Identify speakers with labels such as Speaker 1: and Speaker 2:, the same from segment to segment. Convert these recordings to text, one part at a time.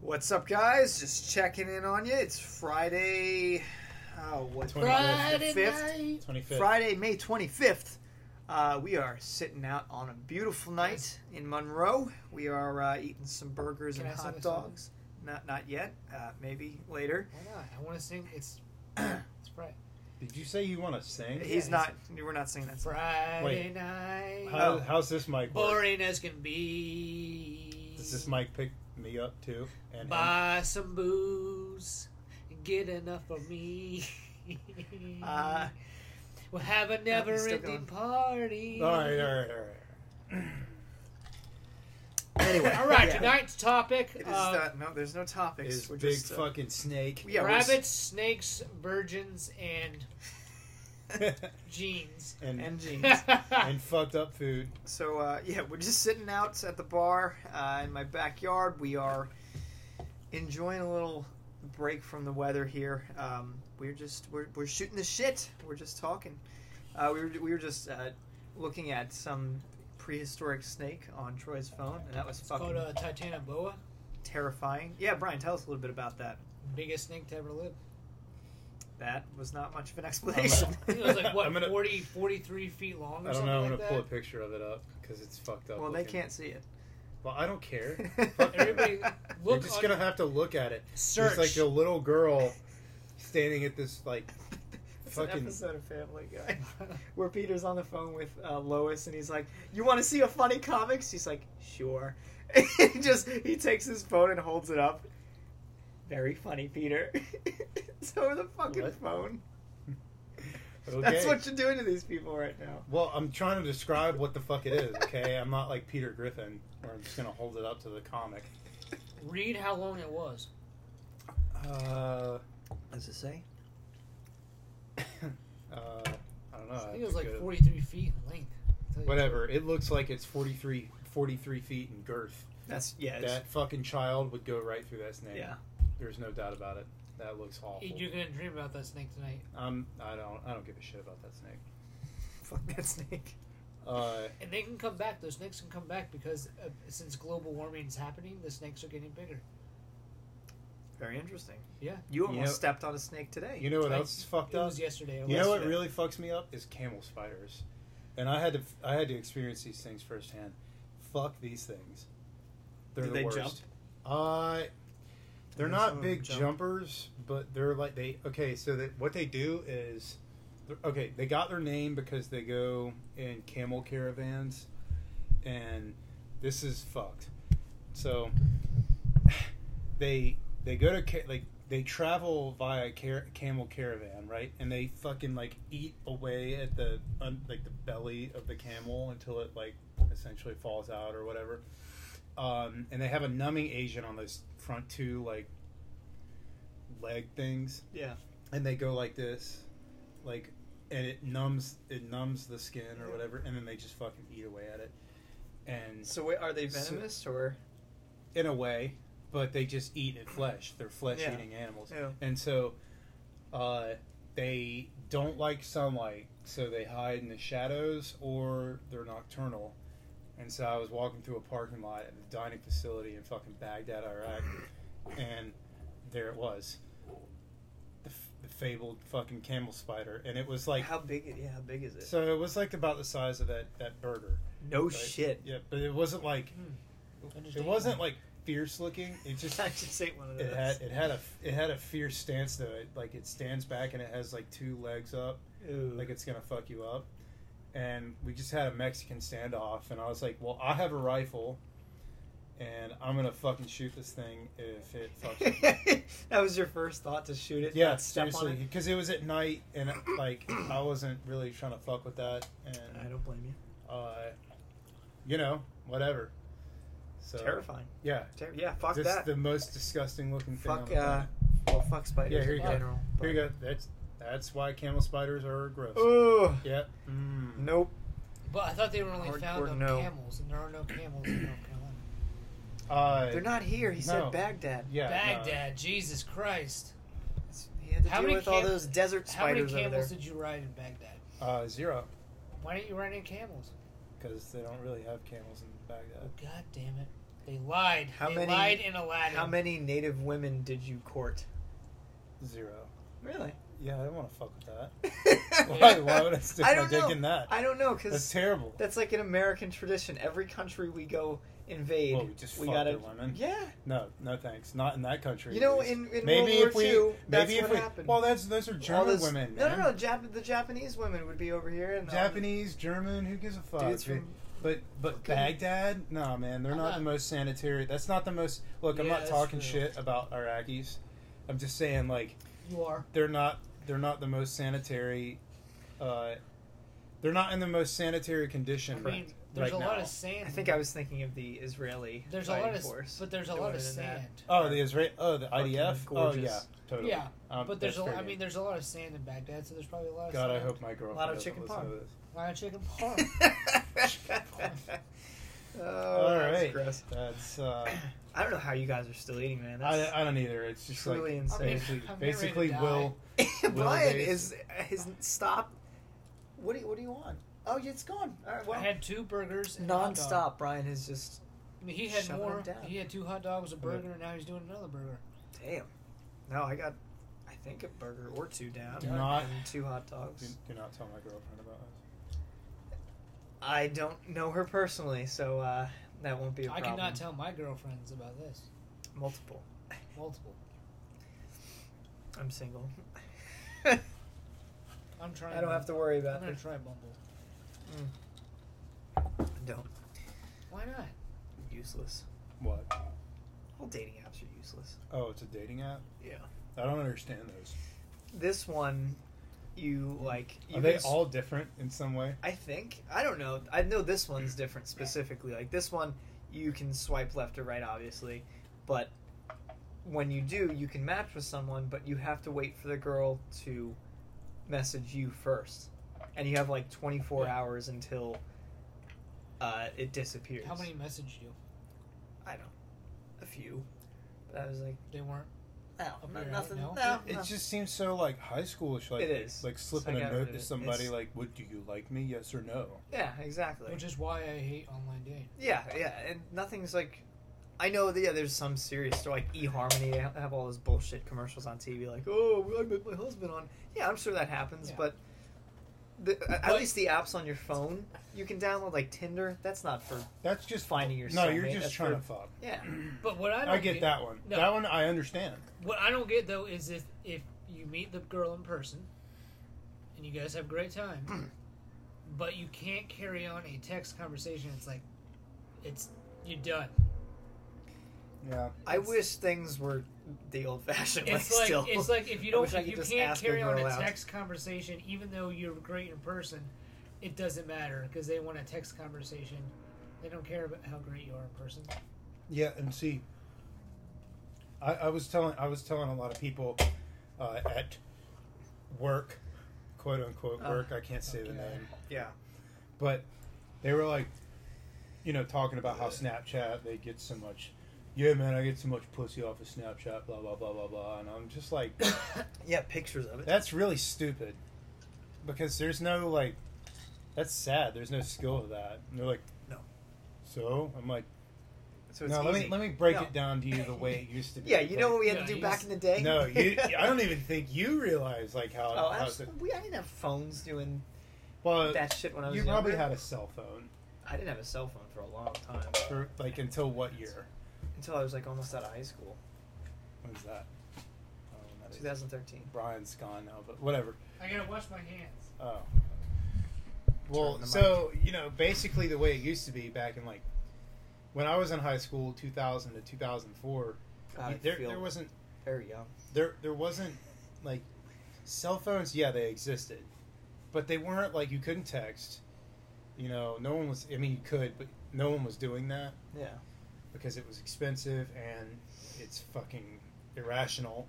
Speaker 1: What's up, guys? Just checking in on you. It's Friday. Oh, what?
Speaker 2: Twenty fifth.
Speaker 1: Friday the fifth?
Speaker 3: night.
Speaker 2: 25th.
Speaker 1: Friday, May 25th. Uh, we are sitting out on a beautiful night in Monroe. We are uh, eating some burgers
Speaker 3: Can
Speaker 1: and
Speaker 3: I sing
Speaker 1: hot
Speaker 3: a song?
Speaker 1: dogs. Not not yet. Uh, maybe later.
Speaker 3: Why not? I want to sing. It's it's Friday.
Speaker 2: Did you say you want to sing?
Speaker 3: Yeah,
Speaker 1: he's
Speaker 3: he's-
Speaker 1: not. We're not singing that. Song.
Speaker 3: Friday night.
Speaker 2: How,
Speaker 1: Oh.
Speaker 2: How's this mic? Work?
Speaker 3: Boring as can be.
Speaker 2: Does this mic pick me up too? And him?
Speaker 3: Buy some booze. Get enough of me.
Speaker 1: Uh,
Speaker 3: we'll have a
Speaker 1: he's still
Speaker 3: never-ending
Speaker 1: going.
Speaker 3: party.
Speaker 2: all right, all right, all right.
Speaker 1: anyway,
Speaker 3: All right,
Speaker 1: yeah.
Speaker 3: tonight's topic
Speaker 1: It is
Speaker 3: uh,
Speaker 1: not- no, there's no topics.
Speaker 2: Is
Speaker 1: we're
Speaker 2: big
Speaker 1: just, uh,
Speaker 2: fucking snake.
Speaker 1: yeah, we're s-
Speaker 3: rabbits, snakes, virgins, and jeans.
Speaker 2: and,
Speaker 1: and
Speaker 2: and
Speaker 1: jeans.
Speaker 2: fucked up food.
Speaker 1: So uh, yeah, we're just sitting out at the bar uh, in my backyard. We are enjoying a little break from the weather here. Um, we're just we're, we're shooting the shit. We're just talking. Uh, we were we were just uh, looking at some prehistoric snake on Troy's phone, and that was
Speaker 3: Called
Speaker 1: fucking
Speaker 3: uh, Titanoboa,
Speaker 1: terrifying. Yeah, Brian, tell us a little bit about that.
Speaker 3: biggest snake to ever live.
Speaker 1: That was not much of an explanation.
Speaker 3: I think it was like what
Speaker 2: I'm gonna-
Speaker 3: 40, 43 feet long or
Speaker 2: I don't
Speaker 3: something
Speaker 2: know. I'm
Speaker 3: like
Speaker 2: gonna
Speaker 3: that.
Speaker 2: pull a picture of it up because it's fucked up.
Speaker 1: well, they
Speaker 2: looking.
Speaker 1: can't see it.
Speaker 2: Well, I don't care.
Speaker 3: Everybody,
Speaker 2: You're
Speaker 3: look.
Speaker 2: just
Speaker 3: on-
Speaker 2: gonna have to look at it.
Speaker 3: search.
Speaker 2: It's like a little girl standing at this like
Speaker 1: It's an
Speaker 2: Fucking-
Speaker 1: episode of Family Guy where Peter's on the phone with uh, Lois and he's like, "You want to see a funny comic?" She's like, "Sure." he just he takes his phone and holds it up. Very funny, Peter. it's over the fucking
Speaker 2: What?
Speaker 1: phone.
Speaker 2: okay.
Speaker 1: That's what you're doing to these people right now.
Speaker 2: Well, I'm trying to describe what the fuck it is, okay? I'm not like Peter Griffin, where I'm just gonna hold it up to the comic.
Speaker 3: read how long it was.
Speaker 2: Uh,
Speaker 1: What does it say?
Speaker 2: uh, I don't know.
Speaker 3: I
Speaker 2: I
Speaker 3: think it was like
Speaker 2: could-
Speaker 3: forty-three feet in length. I'll tell you.
Speaker 2: Uh, Whatever. It looks like it's 43, 43 feet in girth.
Speaker 1: That's yeah. it's-
Speaker 2: That fucking child would go right through that snake.
Speaker 1: yeah.
Speaker 2: There's no doubt about it. That looks awful.
Speaker 3: You're gonna dream about that snake tonight.
Speaker 2: Um, I don't. I don't give a shit about that snake.
Speaker 1: Fuck that snake.
Speaker 2: Uh,
Speaker 3: And they can come back. Those snakes can come back because uh, since global warming is happening, the snakes are getting bigger.
Speaker 1: Very interesting.
Speaker 3: Yeah.
Speaker 1: You
Speaker 2: You
Speaker 1: almost
Speaker 2: know-
Speaker 1: stepped on a snake today.
Speaker 2: you know what
Speaker 3: I-
Speaker 2: else is fucked
Speaker 3: It
Speaker 2: up?
Speaker 3: was yesterday. It
Speaker 2: You know
Speaker 3: was-
Speaker 2: what
Speaker 1: Yeah.
Speaker 2: really fucks me up is camel spiders, and I had to I had to experience these things firsthand. Fuck these things. They're
Speaker 1: Do
Speaker 2: the
Speaker 1: they
Speaker 2: worst.
Speaker 1: jump?
Speaker 2: Uh,
Speaker 1: Yeah,
Speaker 2: they're
Speaker 1: some
Speaker 2: not
Speaker 1: of them
Speaker 2: big
Speaker 1: jump.
Speaker 2: jumpers, but they're like they okay. So that what they do is, they're- okay, they got their name because they go in camel caravans, and this is fucked. So they they go to ca- like they travel via car- camel caravan, right? And they fucking like eat away at the un- like the belly of the camel until it like essentially falls out or whatever. Um, and they have a numbing agent on those front two like leg things,
Speaker 1: Yeah.
Speaker 2: and they go like this, like, and it numbs it numbs the skin or whatever, and then they just fucking eat away at it. And
Speaker 1: So wait, are they
Speaker 2: So-
Speaker 1: venomous or?
Speaker 2: in a way, but they just eat in flesh. They're flesh eating animals.
Speaker 1: Yeah.
Speaker 2: And so uh, they don't like sunlight, so they hide in the shadows or they're nocturnal. And so I was walking through a parking lot at the dining facility in fucking Baghdad, Iraq, and there it was. The, f- the fabled fucking camel spider. And it was like,
Speaker 1: how big? it- Yeah, how big is it?
Speaker 2: so it was like about the size of that, that burger.
Speaker 1: no
Speaker 2: right?
Speaker 1: shit. Hmm.
Speaker 2: Yeah, but it wasn't like, it wasn't like fierce looking. It just
Speaker 1: I should say one of those.
Speaker 2: it had it had a it had a fierce stance though. It like it stands back and it has like two legs up,
Speaker 1: Ooh.
Speaker 2: like it's gonna fuck you up. And we just had a Mexican standoff, and I was like, "Well, I have a rifle, and I'm gonna fucking shoot this thing if it fucks." up."
Speaker 1: that was your first thought to shoot it.
Speaker 2: yeah,
Speaker 1: not step
Speaker 2: seriously,
Speaker 1: on it.
Speaker 2: because it was at night, and like I wasn't really trying to fuck with that,
Speaker 1: I
Speaker 2: and
Speaker 1: don't blame you.
Speaker 2: uh, you know, whatever. So
Speaker 1: Terrifying.
Speaker 2: yeah,
Speaker 1: Ter- yeah, fuck
Speaker 2: this
Speaker 1: that.
Speaker 2: the most disgusting looking thing. on
Speaker 1: Fuck.
Speaker 2: the planet.
Speaker 1: Uh, well, fuck spiders.
Speaker 2: Yeah, here
Speaker 1: in
Speaker 2: you go.
Speaker 1: General,
Speaker 2: Here you go. That's that's why camel spiders are gross.
Speaker 1: Ooh.
Speaker 2: Yep. Mm.
Speaker 1: Uh, Nope.
Speaker 3: But I thought they were only
Speaker 1: Or-
Speaker 3: found
Speaker 1: or
Speaker 3: on
Speaker 1: no.
Speaker 3: camels, and there are no camels in North Carolina.
Speaker 2: Uh,
Speaker 1: They're not here. He said
Speaker 2: No.
Speaker 1: Baghdad.
Speaker 2: Yeah.
Speaker 3: Baghdad, Jesus Christ!
Speaker 1: It's- He had to
Speaker 3: How
Speaker 1: deal
Speaker 3: many
Speaker 1: with all
Speaker 3: cam-
Speaker 1: those desert
Speaker 3: How many
Speaker 1: spiders over there.
Speaker 3: camels did you ride in Baghdad?
Speaker 2: No. Uh, zero,
Speaker 3: Why didn't you ride any camels?
Speaker 2: because they don't really have camels in Baghdad.
Speaker 3: Oh, God damn it! They lied.
Speaker 1: How
Speaker 3: they
Speaker 1: many-
Speaker 3: lied in Aladdin.
Speaker 1: How many native women did you court?
Speaker 2: Zero.
Speaker 1: Really?
Speaker 2: Yeah, I don't want to fuck with that. Why, why would I stick
Speaker 1: I
Speaker 2: my
Speaker 1: don't
Speaker 2: dick
Speaker 1: know.
Speaker 2: in that?
Speaker 1: I don't know
Speaker 2: That's
Speaker 1: because
Speaker 2: terrible.
Speaker 1: that's like an American tradition. Every country we go invade,
Speaker 2: Well, we just fuck
Speaker 1: gotta.
Speaker 2: their women.
Speaker 1: Yeah,
Speaker 2: No, no thanks. Not in that country.
Speaker 1: you
Speaker 2: at
Speaker 1: know,
Speaker 2: least.
Speaker 1: in, in
Speaker 2: maybe
Speaker 1: World
Speaker 2: if
Speaker 1: War
Speaker 2: we,
Speaker 1: II,
Speaker 2: maybe
Speaker 1: that's
Speaker 2: if
Speaker 1: what
Speaker 2: we,
Speaker 1: happened.
Speaker 2: well, that's those are
Speaker 1: All
Speaker 2: German
Speaker 1: this-
Speaker 2: women.
Speaker 1: No,
Speaker 2: man.
Speaker 1: no, no. Jap- the Japanese women would be over here, and all the
Speaker 2: Japanese, German, who gives a fuck?
Speaker 1: dudes from
Speaker 2: But but
Speaker 1: Okay.
Speaker 2: Baghdad, no man, they're
Speaker 3: I'm
Speaker 2: not,
Speaker 3: not-
Speaker 2: the most sanitary. That's not the most. Look, I'm
Speaker 3: Yeah,
Speaker 2: not
Speaker 3: that's
Speaker 2: talking
Speaker 3: true.
Speaker 2: shit about Iraqis. I'm just saying like
Speaker 3: You are.
Speaker 2: they're not they're not the most sanitary. Uh, they're not in the most sanitary
Speaker 3: I
Speaker 2: condition.
Speaker 3: mean,
Speaker 2: right
Speaker 3: there's a lot
Speaker 2: now.
Speaker 3: of sand.
Speaker 1: I think I was thinking of the Israeli.
Speaker 3: There's a lot
Speaker 1: fighting
Speaker 3: of,
Speaker 1: force.
Speaker 3: but there's a
Speaker 1: Don't
Speaker 3: lot of
Speaker 1: worry about that.
Speaker 3: sand.
Speaker 2: Oh, the Israel. Oh, the
Speaker 1: Fucking
Speaker 2: IDF. Oh
Speaker 1: gorgeous.
Speaker 2: yeah, totally.
Speaker 3: Yeah,
Speaker 2: Um,
Speaker 3: but there's
Speaker 2: that's
Speaker 3: a.
Speaker 2: fair
Speaker 3: I
Speaker 2: game.
Speaker 3: mean, there's a lot of sand in Baghdad, so there's probably a lot of.
Speaker 2: God, I
Speaker 3: sand.
Speaker 2: hope my girlfriend.
Speaker 1: Lot of
Speaker 2: doesn't
Speaker 1: chicken
Speaker 2: listen to
Speaker 1: parm.
Speaker 2: this.
Speaker 3: Lot of chicken parm.
Speaker 1: oh,
Speaker 2: All
Speaker 1: that's
Speaker 2: right,
Speaker 1: gross.
Speaker 2: that's. Uh,
Speaker 1: I don't know how you guys are still eating, man. That's,
Speaker 2: I, I don't either. It's just
Speaker 1: Truly
Speaker 2: like
Speaker 1: insane.
Speaker 2: basically,
Speaker 3: I'm getting
Speaker 2: basically
Speaker 3: ready to
Speaker 2: will.
Speaker 1: Brian
Speaker 2: they-
Speaker 1: is his stop. What do you, what do you want? Oh, it's gone. All right, well,
Speaker 3: I had two burgers. And a hot dog.
Speaker 1: non-stop. Brian is just
Speaker 3: I mean, he had
Speaker 1: Shoving
Speaker 3: more.
Speaker 1: them down.
Speaker 3: He had two hot dogs, a burger, and now he's doing another burger.
Speaker 1: damn. No, I got, I think a burger or two down.
Speaker 2: Do not-
Speaker 1: and two hot
Speaker 2: Do,
Speaker 1: dogs.
Speaker 2: do not tell my girlfriend about this.
Speaker 1: I don't know her personally, so uh, that won't be a
Speaker 3: I
Speaker 1: problem.
Speaker 3: cannot tell my girlfriends about this.
Speaker 1: Multiple.
Speaker 3: Multiple.
Speaker 1: I'm single. I
Speaker 3: I'm trying.
Speaker 1: don't have to worry
Speaker 3: I'm
Speaker 1: about
Speaker 3: gonna
Speaker 1: it.
Speaker 3: try Bumble.
Speaker 1: Don't.
Speaker 3: Why not?
Speaker 1: Useless.
Speaker 2: What?
Speaker 1: All dating apps are useless.
Speaker 2: Oh, it's a dating app.
Speaker 1: Yeah.
Speaker 2: I don't understand those.
Speaker 1: This one, you like. You
Speaker 2: Are they
Speaker 1: can s-
Speaker 2: all different in some way?
Speaker 1: I think. I don't know. I know this one's different specifically. Like this one, you can swipe left or right, obviously, but when you do, you can match with someone, but you have to wait for the girl to message you first, and you have like 24
Speaker 3: Yeah.
Speaker 1: hours until uh, it disappears.
Speaker 3: How many messaged you?
Speaker 1: I don't. A few. But I was like,
Speaker 3: They weren't.
Speaker 1: no,
Speaker 3: Up
Speaker 1: no-
Speaker 3: your alley,
Speaker 1: nothing.
Speaker 3: no?
Speaker 1: No,
Speaker 2: It
Speaker 1: no.
Speaker 2: just seems so like high schoolish. Like
Speaker 1: It is.
Speaker 2: Like slipping
Speaker 1: I
Speaker 2: a
Speaker 1: got
Speaker 2: note
Speaker 1: rid of
Speaker 2: to
Speaker 1: it.
Speaker 2: somebody
Speaker 1: It's-
Speaker 2: like, "Would do you like me? Yes or no?"
Speaker 1: yeah, exactly.
Speaker 3: Which is why I hate online dating.
Speaker 1: Yeah, yeah, and nothing's like. I know that yeah, there's some serious stuff like eHarmony. They ha- have all those bullshit commercials on TV, like "Oh, I met my husband on." Yeah, I'm sure that happens,
Speaker 3: Yeah.
Speaker 1: but the, a- at
Speaker 3: But-
Speaker 1: least the apps on your phone you can download, like Tinder. That's not for
Speaker 2: That's just
Speaker 1: finding your.
Speaker 2: no. You're
Speaker 1: soulmate,
Speaker 2: just
Speaker 1: that's
Speaker 2: trying
Speaker 1: for-
Speaker 2: to fuck.
Speaker 1: Yeah,
Speaker 3: But what I
Speaker 2: I,
Speaker 3: don't
Speaker 2: get that one.
Speaker 3: No.
Speaker 2: That one I understand.
Speaker 3: What I don't get though is if if you meet the girl in person, and you guys have a great time, but you can't carry on a text conversation. It's like, it's you're done.
Speaker 2: Yeah.
Speaker 1: I
Speaker 3: It's-
Speaker 1: wish things were the old-fashioned way.
Speaker 3: It's like
Speaker 1: still,
Speaker 3: it's like if you
Speaker 1: I
Speaker 3: don't
Speaker 1: wish I
Speaker 3: if
Speaker 1: could
Speaker 3: you
Speaker 1: just
Speaker 3: can't
Speaker 1: ask a
Speaker 3: carry on
Speaker 1: girl
Speaker 3: a
Speaker 1: out.
Speaker 3: text conversation, even though you're great in person, it doesn't matter because they want a text conversation. They don't care about how great you are in person.
Speaker 2: Yeah, and see, I, I was telling I was telling a lot of people uh, at work, quote unquote
Speaker 1: Uh,
Speaker 2: work. I can't say the
Speaker 3: okay.
Speaker 2: name,
Speaker 1: yeah,
Speaker 2: but they were like, you know, talking about how Snapchat they get so much. Yeah, man, I get so much pussy off of Snapchat. Blah blah blah blah blah, and I'm just like,
Speaker 1: yeah, pictures of it.
Speaker 2: that's really stupid, because there's no like, that's sad. There's no skill to that. And they're like,
Speaker 1: No.
Speaker 2: So I'm like,
Speaker 1: so it's
Speaker 2: no. Let
Speaker 1: easy.
Speaker 2: me let me break
Speaker 1: No.
Speaker 2: it down to you the way it used to be.
Speaker 1: Yeah, you know
Speaker 2: Like,
Speaker 1: what we had
Speaker 3: Yeah,
Speaker 1: to do
Speaker 3: you
Speaker 1: back
Speaker 3: s-
Speaker 1: in the day.
Speaker 2: No, you, I don't even think you realize like how.
Speaker 1: Oh,
Speaker 2: how to,
Speaker 1: absolutely. We, I didn't have phones doing
Speaker 2: well,
Speaker 1: that shit when I was
Speaker 2: you
Speaker 1: younger.
Speaker 2: probably had a cell phone
Speaker 1: I didn't have a cell phone for a long time
Speaker 2: for like until what year?
Speaker 1: until I was like almost out of high school,
Speaker 2: When was that? Oh, that is-
Speaker 1: 2013.
Speaker 2: Brian's gone now, but whatever.
Speaker 3: I gotta wash my hands.
Speaker 2: Oh. Well,
Speaker 1: Turn the
Speaker 2: so you know, basically the way it used to be back in like when I was in high school, 2000 to 2004,
Speaker 1: God, I
Speaker 2: there
Speaker 1: feel
Speaker 2: there wasn't
Speaker 1: very young.
Speaker 2: there there wasn't like cell phones yeah they existed but they weren't like you couldn't text you know no one was i mean you could but no one was doing that
Speaker 1: Yeah,
Speaker 2: because it was expensive and it's fucking irrational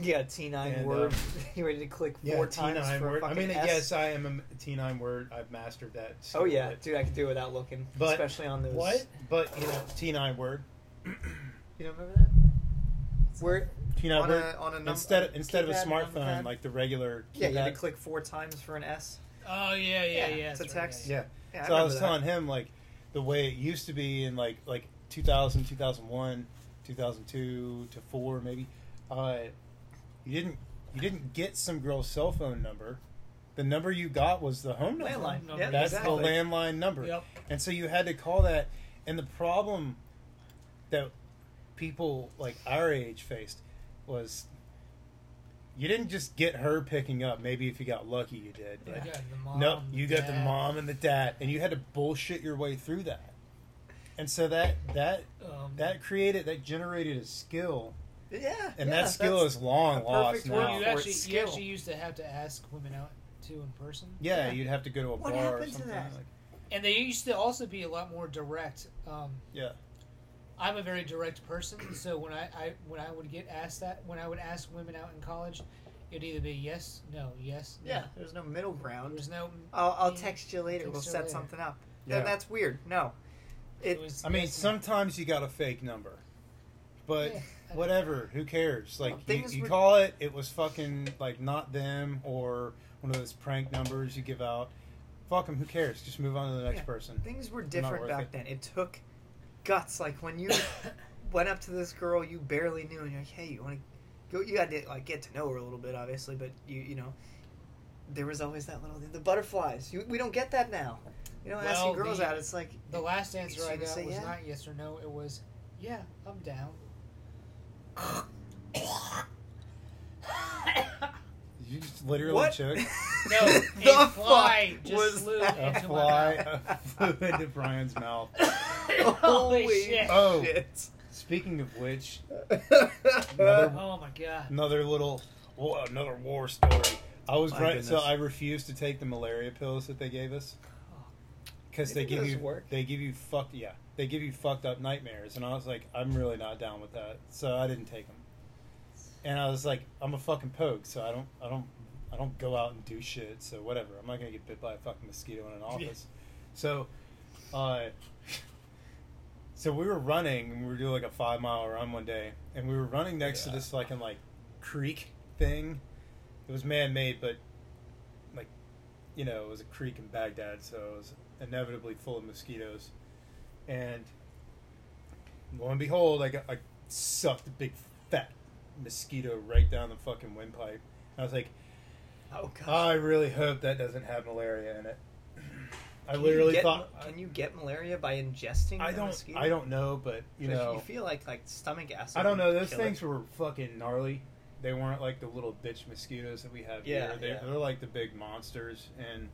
Speaker 1: yeah. T9
Speaker 2: And,
Speaker 1: word.
Speaker 2: um,
Speaker 1: you ready to click
Speaker 2: yeah
Speaker 1: four times
Speaker 2: t9
Speaker 1: for
Speaker 2: word
Speaker 1: a
Speaker 2: i
Speaker 1: fucking
Speaker 2: mean
Speaker 1: S?
Speaker 2: yes i am a m- t9 word i've mastered that so
Speaker 1: Oh yeah,
Speaker 2: but-
Speaker 1: dude, I could do it without looking,
Speaker 2: But-
Speaker 1: especially on those.
Speaker 2: what but you know t9 word
Speaker 1: You don't remember that? Where
Speaker 2: t9
Speaker 1: on
Speaker 2: word
Speaker 1: a on a num-
Speaker 2: instead
Speaker 1: a
Speaker 2: of, instead of a
Speaker 1: keypad, number
Speaker 2: smartphone
Speaker 1: pad?
Speaker 2: like the regular
Speaker 1: yeah, you had
Speaker 2: keypad-
Speaker 1: to click four times for an S.
Speaker 3: Oh yeah, yeah, yeah.
Speaker 1: Yeah, it's a
Speaker 3: that's right,
Speaker 1: text.
Speaker 2: yeah
Speaker 1: Yeah,
Speaker 2: so I,
Speaker 1: remember
Speaker 2: was
Speaker 1: that.
Speaker 2: telling him like, the way it used to be in like like 2000, 2001, 2002 to four maybe. Uh, you didn't you didn't get some girl's cell phone number. The number you got was the home number.
Speaker 1: Landline.
Speaker 3: Number.
Speaker 1: Yeah,
Speaker 2: That's
Speaker 1: exactly.
Speaker 2: the landline number.
Speaker 3: Yep.
Speaker 2: And so you had to call that. And the problem that people like our age faced was you didn't just get her picking up. Maybe if you got lucky, you did.
Speaker 3: You
Speaker 2: But
Speaker 3: got the mom,
Speaker 2: no, you got the
Speaker 3: dad.
Speaker 2: mom and the dad, and you had to bullshit your way through that. And so that that
Speaker 3: Um,
Speaker 2: that created that generated a skill,
Speaker 1: Yeah.
Speaker 2: and
Speaker 1: yeah,
Speaker 2: that skill
Speaker 1: that's-
Speaker 2: is long
Speaker 1: a
Speaker 2: lost
Speaker 1: perfect
Speaker 3: Well,
Speaker 1: word
Speaker 2: now.
Speaker 3: you
Speaker 1: for it,
Speaker 3: actually you
Speaker 1: skill.
Speaker 3: actually used to have to ask women out too in person.
Speaker 2: yeah,
Speaker 1: yeah.
Speaker 2: you'd have to go to a
Speaker 1: What
Speaker 2: bar or
Speaker 1: happened to
Speaker 2: something.
Speaker 1: that?
Speaker 2: Like,
Speaker 3: And they used to also be a lot more direct. Um,
Speaker 2: yeah,
Speaker 3: I'm a very direct person, so when I, I when I would get asked that when I would ask women out in college, it'd either be yes, no, yes, no.
Speaker 1: Yeah. There's no Uh, middle ground.
Speaker 3: There's no.
Speaker 1: I'll, I'll
Speaker 3: Yeah.
Speaker 1: text you later.
Speaker 3: Text
Speaker 1: we'll
Speaker 3: you
Speaker 1: set
Speaker 3: later.
Speaker 1: something up.
Speaker 2: yeah.
Speaker 1: Th- that's weird. No. It,
Speaker 3: was
Speaker 2: I mean,
Speaker 3: yes,
Speaker 2: sometimes you got a fake number, but
Speaker 3: Yeah.
Speaker 2: whatever. Who cares? Like
Speaker 1: Well,
Speaker 2: you,
Speaker 1: things
Speaker 2: you
Speaker 1: were-
Speaker 2: call it. It was fucking like not them or one of those prank numbers you give out. Fuck them. Who cares? Just move on to the next
Speaker 1: Yeah.
Speaker 2: person.
Speaker 1: things were
Speaker 2: worth
Speaker 1: different back
Speaker 2: it.
Speaker 1: then. It took guts. Like when you went up to this girl you barely knew, and you're like, "Hey, you want to go?" You had to like get to know her a little bit, obviously, but you you know, there was always that little the butterflies. You, we don't get that now. You know,
Speaker 3: Well,
Speaker 1: asking girls
Speaker 3: the-
Speaker 1: out, it's like
Speaker 3: The last answer
Speaker 1: You
Speaker 3: I
Speaker 1: should
Speaker 3: got was
Speaker 1: say yeah.
Speaker 3: not yes or no. It was yeah, I'm down.
Speaker 2: Did you just literally
Speaker 1: what?
Speaker 2: choke?
Speaker 3: No, a fly just flew
Speaker 2: A
Speaker 3: into
Speaker 2: fly
Speaker 3: my
Speaker 2: flew into Brian's mouth.
Speaker 3: Holy shit.
Speaker 2: Oh.
Speaker 1: shit.
Speaker 2: Speaking of which,
Speaker 1: Another-
Speaker 3: Oh my god.
Speaker 2: another little, well, another war story. I was
Speaker 1: My
Speaker 2: right, so
Speaker 1: goodness.
Speaker 2: I refused to take the malaria pills that they gave us because
Speaker 1: You
Speaker 2: they
Speaker 1: think
Speaker 2: give
Speaker 1: those
Speaker 2: you
Speaker 1: work?
Speaker 2: they give you fucked yeah they give you fucked up nightmares, and I was like, I'm really not down with that, so I didn't take them. And I was like, I'm a fucking pogue, so I don't I don't I don't go out and do shit, so whatever. I'm not gonna get bit by a fucking mosquito in an office. So, uh, so we were running, and we were doing like a five mile run one day, and we were running next to
Speaker 4: Yeah.
Speaker 2: this fucking like creek thing. It was man made, but like, you know, it was a creek in Baghdad, so it was inevitably full of mosquitoes. And lo and behold, I got I sucked a big fat mosquito right down the fucking windpipe. I was like,
Speaker 1: Oh god.
Speaker 2: I really hope that doesn't have malaria in it. I
Speaker 1: Can you
Speaker 2: literally
Speaker 1: get-
Speaker 2: thought
Speaker 1: Can you get malaria by ingesting?
Speaker 2: I
Speaker 1: the
Speaker 2: don't
Speaker 1: mosquito?
Speaker 2: I don't know, but you
Speaker 1: If
Speaker 2: know
Speaker 1: you feel like like stomach acid.
Speaker 2: I don't know.
Speaker 1: would
Speaker 2: Those
Speaker 1: kill it.
Speaker 2: things were fucking gnarly. They weren't like the little bitch mosquitoes that we have
Speaker 1: Yeah,
Speaker 2: here. They,
Speaker 1: yeah.
Speaker 2: They're like the big monsters. And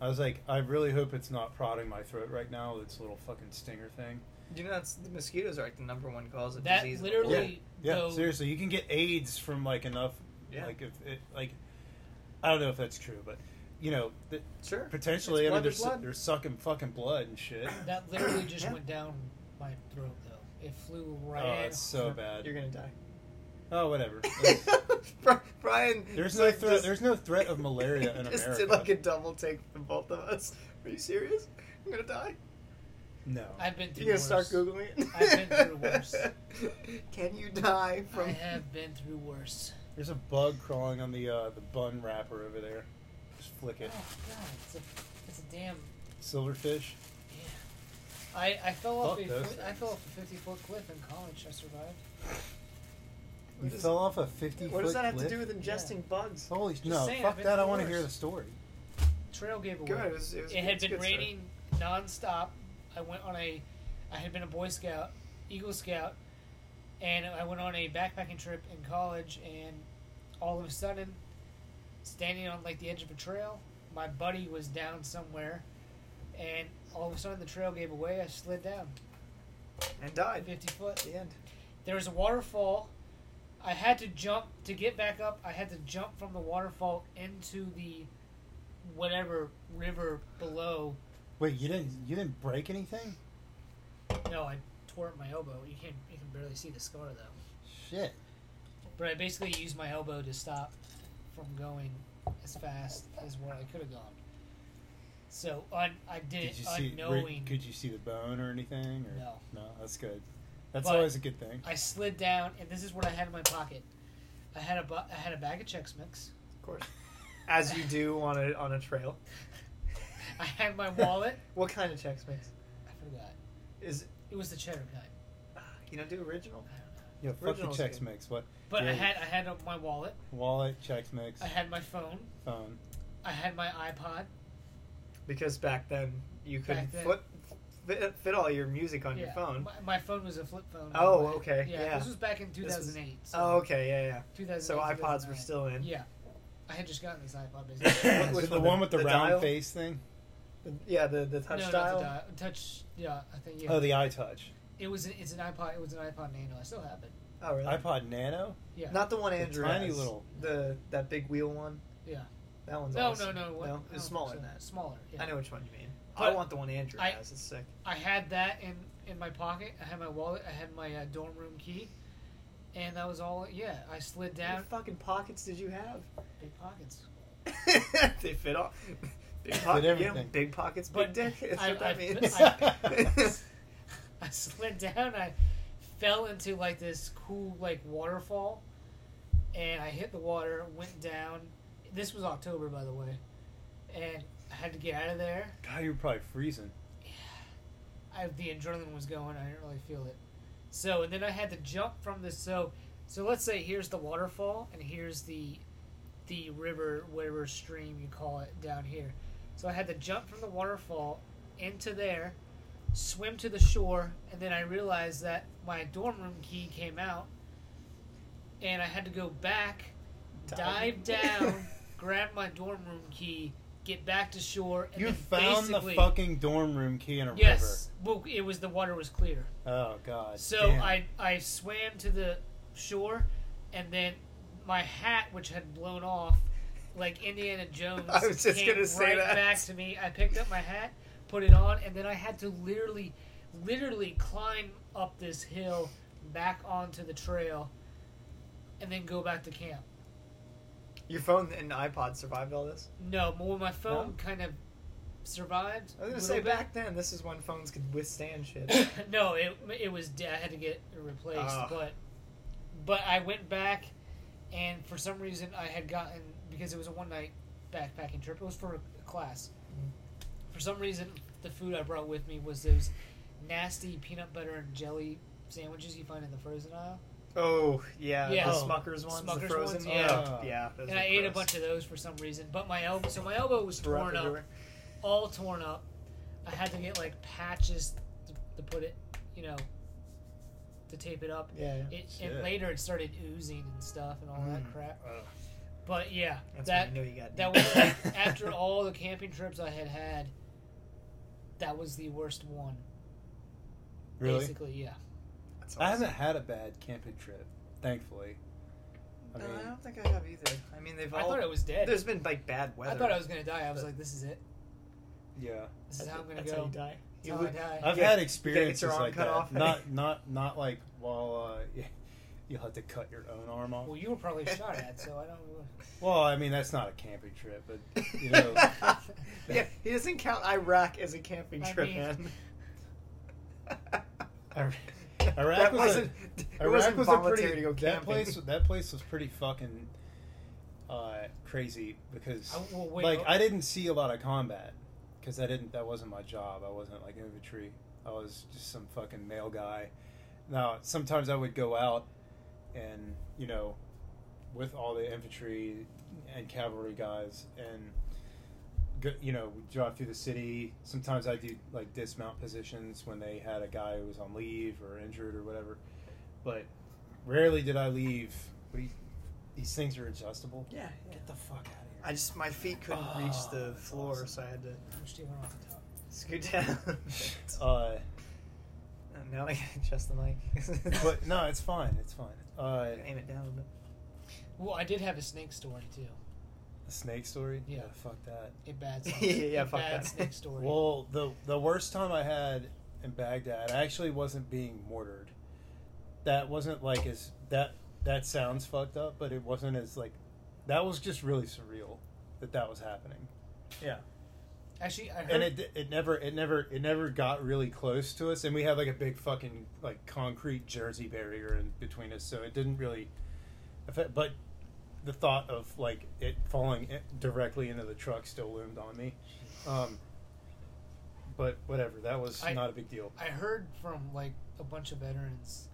Speaker 2: I was like, I really hope it's not prodding my throat right now. This little fucking stinger thing.
Speaker 1: You know, that's, the mosquitoes are like the number one cause of
Speaker 3: That
Speaker 1: disease. in the world.
Speaker 3: literally
Speaker 2: Yeah,
Speaker 3: though,
Speaker 2: seriously, you can get AIDS from like enough.
Speaker 1: Yeah.
Speaker 2: Like if it like, I don't know if that's true, but you know, th-
Speaker 1: Sure.
Speaker 2: potentially.
Speaker 1: It's
Speaker 2: I
Speaker 1: blood
Speaker 2: mean, they're,
Speaker 1: to
Speaker 2: su-
Speaker 1: blood.
Speaker 2: they're sucking fucking blood and shit.
Speaker 3: that literally just
Speaker 1: Yeah.
Speaker 3: went down my throat though. It flew right
Speaker 2: Oh,
Speaker 3: in.
Speaker 2: it's so bad.
Speaker 1: You're gonna die.
Speaker 2: Oh, whatever.
Speaker 1: Bri- Brian,
Speaker 2: There's no
Speaker 1: like,
Speaker 2: threat.
Speaker 1: just-
Speaker 2: there's no threat of malaria in
Speaker 1: just
Speaker 2: America.
Speaker 1: did like a double take from both of us. Are you serious? I'm gonna die.
Speaker 2: no.
Speaker 3: I've been through
Speaker 1: You gonna
Speaker 3: worse.
Speaker 1: start googling it?
Speaker 3: I've been through worse.
Speaker 1: Can you die
Speaker 3: I
Speaker 1: from?
Speaker 3: have been through worse.
Speaker 2: There's a bug crawling on the uh, the bun wrapper over there. Just flick
Speaker 3: Oh
Speaker 2: it.
Speaker 3: god, it's a, it's a damn.
Speaker 2: Silverfish.
Speaker 3: Yeah. I, I fell off
Speaker 2: Fuck
Speaker 3: a
Speaker 2: those
Speaker 3: foot- I
Speaker 2: things.
Speaker 3: fell off a fifty foot cliff in college. I survived.
Speaker 2: You
Speaker 1: What does-
Speaker 2: fell off a fifty.
Speaker 1: What does
Speaker 2: foot
Speaker 1: that have to
Speaker 2: cliff?
Speaker 1: do with ingesting bugs?
Speaker 2: Holy
Speaker 3: Just
Speaker 2: no!
Speaker 3: saying, I've
Speaker 2: fuck
Speaker 3: been
Speaker 2: that! I
Speaker 3: through
Speaker 2: want to
Speaker 3: worse.
Speaker 2: hear the story.
Speaker 3: Trail gave away.
Speaker 1: Good. It, was, it, was,
Speaker 3: it had
Speaker 1: it's
Speaker 3: been
Speaker 1: good stuff.
Speaker 3: raining nonstop. I went on a, I had been a Boy Scout, Eagle Scout, and I went on a backpacking trip in college. And all of a sudden, standing on like the edge of a trail, my buddy was down somewhere, and all of a sudden the trail gave away. I slid down
Speaker 1: and died.
Speaker 3: fifty foot.
Speaker 1: At the end.
Speaker 3: There was a waterfall. I had to jump to get back up. I had to jump from the waterfall into the whatever river below
Speaker 2: Wait, you didn't you didn't break anything?
Speaker 3: No, I tore up my elbow. You can you can barely see the scar though.
Speaker 2: Shit.
Speaker 3: But I basically used my elbow to stop from going as fast as what I could have gone. So un, I did
Speaker 2: Did
Speaker 3: it
Speaker 2: you see? were-
Speaker 3: unknowing.
Speaker 2: could you see the bone or anything? Or?
Speaker 3: No.
Speaker 2: that's good. That's
Speaker 3: But-
Speaker 2: always a good thing.
Speaker 3: I slid down, and this is what I had in my pocket. I had a bu- I had a bag of Chex Mix.
Speaker 1: Of course. As you do on a on a trail.
Speaker 3: I had my wallet.
Speaker 1: What kind of checks mix?
Speaker 3: I forgot.
Speaker 1: Is uh,
Speaker 3: It was the cheddar guy.
Speaker 1: you don't do original?
Speaker 3: I don't know.
Speaker 2: Yeah, fuck your
Speaker 1: Original's
Speaker 2: checks
Speaker 1: good.
Speaker 2: mix. What?
Speaker 3: But I
Speaker 2: Yeah.
Speaker 3: had I had uh, my wallet.
Speaker 2: Wallet, checks mix,
Speaker 3: I had my phone.
Speaker 2: phone.
Speaker 3: I had my iPod.
Speaker 1: Because back then you couldn't
Speaker 3: Back then-
Speaker 1: flip, fit, fit all your music on your
Speaker 3: Yeah.
Speaker 1: phone.
Speaker 3: My, my phone was a flip phone. by
Speaker 1: Oh,
Speaker 3: the way.
Speaker 1: okay,
Speaker 3: Yeah,
Speaker 1: yeah.
Speaker 3: This was back in
Speaker 1: This was-
Speaker 3: 2008.
Speaker 1: Oh, okay, yeah,
Speaker 3: 2008,
Speaker 1: yeah. So iPods were
Speaker 3: 2009.
Speaker 1: still in.
Speaker 3: Yeah, I had just gotten this iPod.
Speaker 2: What-
Speaker 3: Basically.
Speaker 1: Which
Speaker 2: was it the
Speaker 1: one, the-
Speaker 2: one with the,
Speaker 1: the
Speaker 2: round
Speaker 1: dial?
Speaker 2: face thing?
Speaker 1: The- yeah, the the touch
Speaker 3: no,
Speaker 1: dial.
Speaker 3: Not the di- touch. Yeah, I think. Yeah.
Speaker 2: Oh, the iTouch.
Speaker 3: It was. An, it's an iPod. It was an iPod Nano. I still have it.
Speaker 1: Oh, really?
Speaker 2: iPod Nano?
Speaker 3: Yeah.
Speaker 1: Not the one
Speaker 2: The
Speaker 1: Andrew
Speaker 2: tiny
Speaker 1: has.
Speaker 2: little-
Speaker 1: the that big wheel one.
Speaker 3: yeah.
Speaker 1: That one's
Speaker 3: No,
Speaker 1: awesome.
Speaker 3: no, no. What,
Speaker 1: No,
Speaker 3: I don't
Speaker 1: it's smaller
Speaker 3: think
Speaker 1: than
Speaker 3: so.
Speaker 1: that.
Speaker 3: Smaller. Yeah.
Speaker 1: I know which one you mean. I
Speaker 3: But
Speaker 1: want the one Andrew
Speaker 3: I-
Speaker 1: has. It's sick.
Speaker 3: I had that in in my pocket. I had my wallet. I had my uh, dorm room key, and that was all. Yeah, I slid
Speaker 1: How
Speaker 3: down.
Speaker 1: many fucking pockets did you have?
Speaker 3: Big pockets.
Speaker 1: they fit all. Big
Speaker 2: Fit
Speaker 1: pockets, you know,
Speaker 2: everything.
Speaker 1: big pockets,
Speaker 3: But
Speaker 1: big dick. That's
Speaker 3: I-
Speaker 1: what that
Speaker 3: I-
Speaker 1: means.
Speaker 2: I-
Speaker 3: I slid down. I fell into like this cool like waterfall, and I hit the water. Went down. This was October, by the way, and I had to get out of there.
Speaker 2: God, you're probably freezing.
Speaker 3: I, the adrenaline was going. I didn't really feel it. So and then I had to jump from this. So so let's say here's the waterfall and here's the the river, whatever stream you call it, down here. So I had to jump from the waterfall into there, swim to the shore, and then I realized that my dorm room key came out, and I had to go back, dive,
Speaker 1: Dive.
Speaker 3: down, grab my dorm room key, get back to shore. And
Speaker 2: You
Speaker 3: then
Speaker 2: found the
Speaker 3: basically-
Speaker 2: fucking dorm room key in a
Speaker 3: Yes. Well, it was the water was clear.
Speaker 2: river. Oh, God.
Speaker 3: So
Speaker 2: damn.
Speaker 3: I I swam to the shore, and then my hat, which had blown off, like Indiana Jones,
Speaker 1: I was just
Speaker 3: came
Speaker 1: gonna say
Speaker 3: right
Speaker 1: that.
Speaker 3: back to me. I picked up my hat, put it on, and then I had to literally, literally climb up this hill, back onto the trail, and then go back to camp.
Speaker 1: Your phone and iPod survived all this.
Speaker 3: No, well, my phone
Speaker 1: No?
Speaker 3: kind of survived.
Speaker 1: I was
Speaker 3: a
Speaker 1: gonna say
Speaker 3: little bit.
Speaker 1: back then, this is when phones could withstand shit.
Speaker 3: no, it it was de- I had to get it replaced,
Speaker 1: Ah.
Speaker 3: but but I went back, and for some reason I had gotten because it was a one night backpacking trip. It was for a class. For some reason, the food I brought with me was those nasty peanut butter and jelly sandwiches you find in the frozen aisle,
Speaker 1: Oh yeah,
Speaker 3: Yeah.
Speaker 1: the
Speaker 2: Oh.
Speaker 1: Smuckers ones,
Speaker 3: Smucker's
Speaker 1: the frozen.
Speaker 3: ones,
Speaker 1: yeah,
Speaker 2: yeah.
Speaker 1: yeah. those
Speaker 3: and
Speaker 1: are
Speaker 3: I ate a
Speaker 1: gross.
Speaker 3: bunch of those for some reason. But my elbow, so my elbow was
Speaker 1: Syrup
Speaker 3: torn up,
Speaker 1: everywhere.
Speaker 3: all torn up. I had to get like patches to, to put it, you know, to tape it up.
Speaker 1: Yeah, yeah.
Speaker 3: It,
Speaker 2: Shit.
Speaker 3: and later it started oozing and stuff and all that
Speaker 1: Mm.
Speaker 3: crap.
Speaker 2: Ugh.
Speaker 3: But yeah,
Speaker 1: That's
Speaker 3: that
Speaker 1: when you know you got
Speaker 3: that was like, after all the camping trips I had had. That was the worst one.
Speaker 2: Really?
Speaker 3: Basically, yeah.
Speaker 1: That's
Speaker 2: I
Speaker 1: awesome.
Speaker 2: haven't had a bad camping trip, thankfully. I
Speaker 1: No,
Speaker 2: mean,
Speaker 1: I don't think I have either. I mean, they've
Speaker 3: I
Speaker 1: all.
Speaker 3: thought I was dead.
Speaker 1: There's been like bad weather.
Speaker 3: I thought I was gonna die. I was like, this is it.
Speaker 2: yeah.
Speaker 3: This is
Speaker 1: That's
Speaker 3: how
Speaker 1: it.
Speaker 3: I'm gonna
Speaker 1: That's
Speaker 3: go.
Speaker 1: How you die.
Speaker 3: That's
Speaker 1: You
Speaker 3: how I
Speaker 1: would-
Speaker 3: die.
Speaker 2: I've
Speaker 1: You gotta-
Speaker 2: had
Speaker 1: you gotta get
Speaker 2: experiences
Speaker 1: your arm
Speaker 2: like
Speaker 1: cut
Speaker 2: that.
Speaker 1: off.
Speaker 2: Not, not, not like while uh, you have to cut your own arm off.
Speaker 3: Well, you were probably shot at, so I don't.
Speaker 2: Well, I mean that's not a camping trip, but you know,
Speaker 1: yeah, he doesn't count Iraq as a camping
Speaker 3: I
Speaker 1: trip,
Speaker 3: mean-
Speaker 1: man.
Speaker 2: Iraq
Speaker 1: that
Speaker 2: was a-
Speaker 1: wasn't. it
Speaker 2: Iraq
Speaker 1: wasn't
Speaker 2: was a
Speaker 1: voluntary
Speaker 2: pretty.
Speaker 1: to go camping.
Speaker 2: that place, that place was pretty fucking uh, crazy because,
Speaker 3: I, well, wait,
Speaker 2: like,
Speaker 3: oh,
Speaker 2: I didn't see a lot of combat because I didn't. That wasn't my job. I wasn't like infantry. I was just some fucking male guy. Now, sometimes I would go out and you know, with all the infantry and cavalry guys and go, you know, drive through the city. Sometimes I do like dismount positions when they had a guy who was on leave or injured or whatever. But rarely did I leave. What do you, these things are adjustable.
Speaker 1: Yeah, yeah.
Speaker 2: Get the fuck out of here.
Speaker 1: I just my feet couldn't
Speaker 2: Oh,
Speaker 1: reach the
Speaker 2: that's
Speaker 1: floor,
Speaker 2: awesome.
Speaker 1: so I had to
Speaker 3: how much do you want off the top?
Speaker 1: scoot down.
Speaker 2: Uh,
Speaker 1: And now I gotta adjust the mic.
Speaker 2: but no, it's fine. It's fine. Uh,
Speaker 1: aim it down a bit.
Speaker 3: Well, I did have a snake story too.
Speaker 2: a snake story.
Speaker 3: Yeah.
Speaker 2: fuck that.
Speaker 3: A bad. Snake,
Speaker 1: Yeah, yeah,
Speaker 3: a
Speaker 1: fuck
Speaker 3: bad
Speaker 1: that.
Speaker 3: snake story.
Speaker 2: Well, the the worst time I had in Baghdad, I actually wasn't being mortared. That wasn't like as that that sounds fucked up, but it wasn't as like that was just really surreal that that was happening.
Speaker 1: Yeah.
Speaker 3: Actually, I heard.
Speaker 2: And it it never it never it never got really close to us, and we had like a big fucking like concrete Jersey barrier in between us, so it didn't really affect. But the thought of like it falling i- directly into the truck still loomed on me. Um, But whatever, that was
Speaker 3: I-
Speaker 2: not a big deal.
Speaker 3: I heard from like a bunch of veterans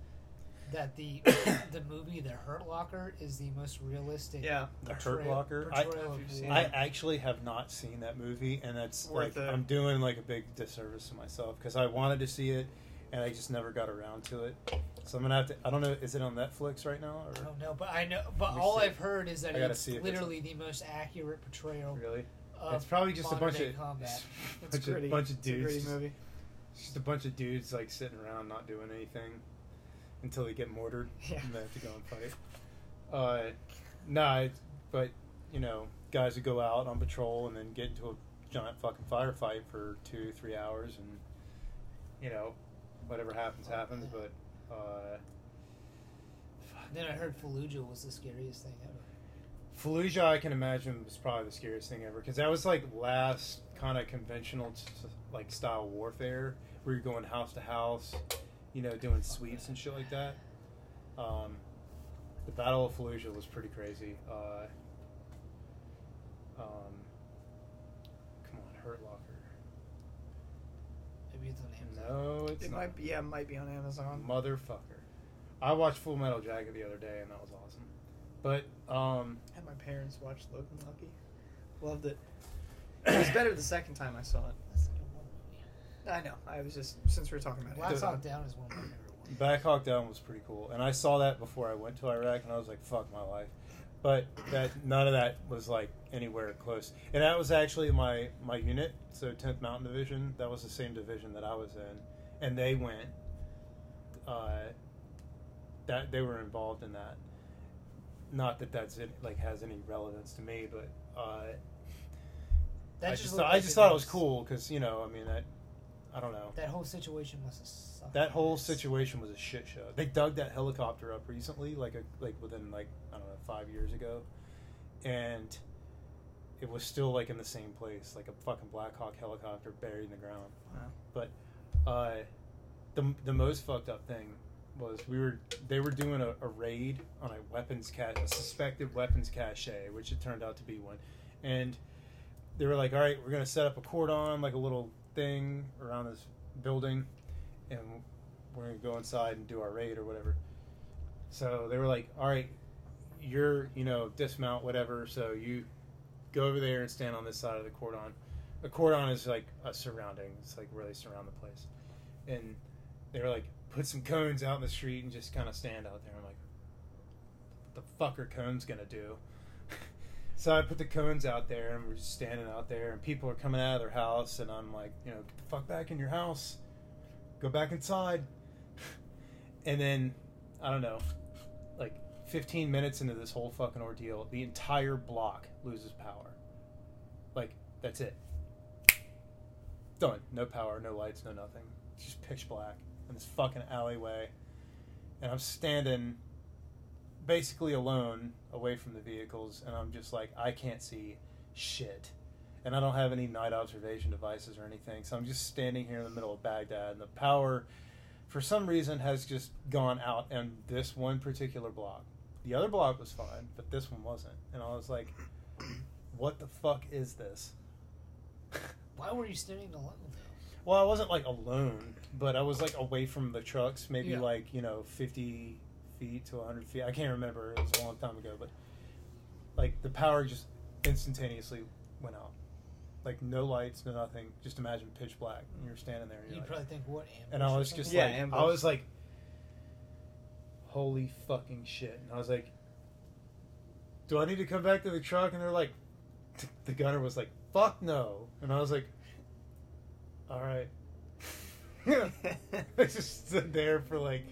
Speaker 3: that the the movie The Hurt Locker is the most realistic.
Speaker 1: Yeah.
Speaker 2: The Hurt
Speaker 3: portrayal-
Speaker 2: Locker. I,
Speaker 3: portrayal of
Speaker 1: If you've seen
Speaker 3: war.
Speaker 2: I actually have not seen that movie, and that's
Speaker 1: Worth
Speaker 2: like
Speaker 1: it.
Speaker 2: I'm doing like a big disservice to myself because I wanted to see it, and I just never got around to it. So I'm gonna have to. I don't know. Is it on Netflix right now?
Speaker 3: I
Speaker 2: Or
Speaker 3: don't know, but I know. But
Speaker 2: Let me
Speaker 3: all
Speaker 2: see.
Speaker 3: I've heard is that
Speaker 2: I gotta
Speaker 3: it's
Speaker 2: see if it's-
Speaker 3: literally the most accurate portrayal.
Speaker 2: really?
Speaker 3: Of
Speaker 2: it's probably just a
Speaker 3: modern
Speaker 2: bunch
Speaker 3: day
Speaker 2: of
Speaker 3: combat.
Speaker 2: bunch
Speaker 1: Um, It's
Speaker 2: of-
Speaker 1: pretty.
Speaker 2: bunch of
Speaker 1: It's a
Speaker 2: dudes.
Speaker 1: gritty
Speaker 2: just-
Speaker 1: movie.
Speaker 2: It's just a bunch of dudes like sitting around not doing anything until they get mortared
Speaker 1: Yeah.
Speaker 2: and they have to go and fight. Uh, nah, it- but you know, guys would go out on patrol and then get into a giant fucking firefight for two, three hours, and you know, whatever happens happens. But uh, fuck.
Speaker 3: Then I heard Fallujah was the scariest thing ever.
Speaker 2: Fallujah, I can imagine, was probably the scariest thing ever because that was like last kind of conventional s- like style warfare where you're going house to house, you know, doing sweeps and shit like that. Um, the Battle of Fallujah was pretty crazy. Uh, um, come on, Hurt Locker.
Speaker 3: Maybe it's on Amazon.
Speaker 2: No, it's
Speaker 1: It
Speaker 2: not.
Speaker 1: might be. Yeah, it might be on Amazon.
Speaker 2: Motherfucker. I watched Full Metal Jacket the other day and that was awesome. But um,
Speaker 1: had my parents watch Logan Lucky. Loved it. It was better the second time I saw it.
Speaker 3: That's like a war movie.
Speaker 1: I know. I was just since we were talking about it.
Speaker 3: Black
Speaker 2: Does-
Speaker 1: Amazon.
Speaker 3: Hawk Down is one of my favorite ones.
Speaker 2: Black Hawk Down was pretty cool, and I saw that before I went to Iraq, and I was like, "Fuck my life," but that none of that was like anywhere close. And that was actually my my unit, so 10th Mountain Division. That was the same division that I was in, and they went. Uh, that they were involved in that. Not that that's it, like has any relevance to me, but uh, I
Speaker 3: That
Speaker 2: just
Speaker 3: looked
Speaker 2: thought, I
Speaker 3: like
Speaker 2: just thought it was
Speaker 3: must-
Speaker 2: cool because you know I mean that I don't know.
Speaker 3: That whole situation must have sucked.
Speaker 2: That whole
Speaker 3: ass.
Speaker 2: situation was a shit show. They dug that helicopter up recently, like a, like within like I don't know five years ago, and it was still like in the same place, like a fucking Black Hawk helicopter buried in the ground.
Speaker 1: Wow.
Speaker 2: But uh, the the most fucked up thing was we were they were doing a, a raid on a weapons cache, a suspected weapons cache, which it turned out to be one, and they were like, all right, we're gonna set up a cordon, like a little thing around this building, and we're gonna go inside and do our raid or whatever. So they were like, all right, you're you know dismount whatever, so you go over there and stand on this side of the cordon. A cordon is like a surrounding. It's like where they surround the place, and they were like, put some cones out in the street and just kind of stand out there. I'm like, what the fuck are cones gonna do? so I put the cones out there, and we're just standing out there, and people are coming out of their house, and I'm like, you know, get the fuck back in your house, go back inside, and then I don't know, like 15 minutes into this whole fucking ordeal, the entire block loses power. Like that's it. Done. No power, no lights, no nothing. It's just pitch black in this fucking alleyway, and I'm standing basically alone away from the vehicles and I'm just like I can't see shit. And I don't have any night observation devices or anything. So I'm just standing here in the middle of Baghdad and the power for some reason has just gone out in this one particular block. The other block was fine, but this one wasn't. And I was like what the fuck is this?
Speaker 3: Why were you standing alone though?
Speaker 2: Well, I wasn't like alone, but I was like away from the trucks, maybe
Speaker 3: Yeah.
Speaker 2: like, you know, 50 feet to 100 feet. I can't remember. It was a long time ago, but like the power just instantaneously went out. Like no lights, no nothing. Just imagine pitch black. And you're standing there. And,
Speaker 3: You'd
Speaker 2: you're like,
Speaker 3: probably think what ambush
Speaker 2: and I
Speaker 3: or
Speaker 2: was just
Speaker 1: Yeah,
Speaker 2: like,
Speaker 1: ambush.
Speaker 2: I was like, holy fucking shit. And I was like, do I need to come back to the truck? And they're like, the gunner was like, fuck no. And I was like, all right. I just stood there for like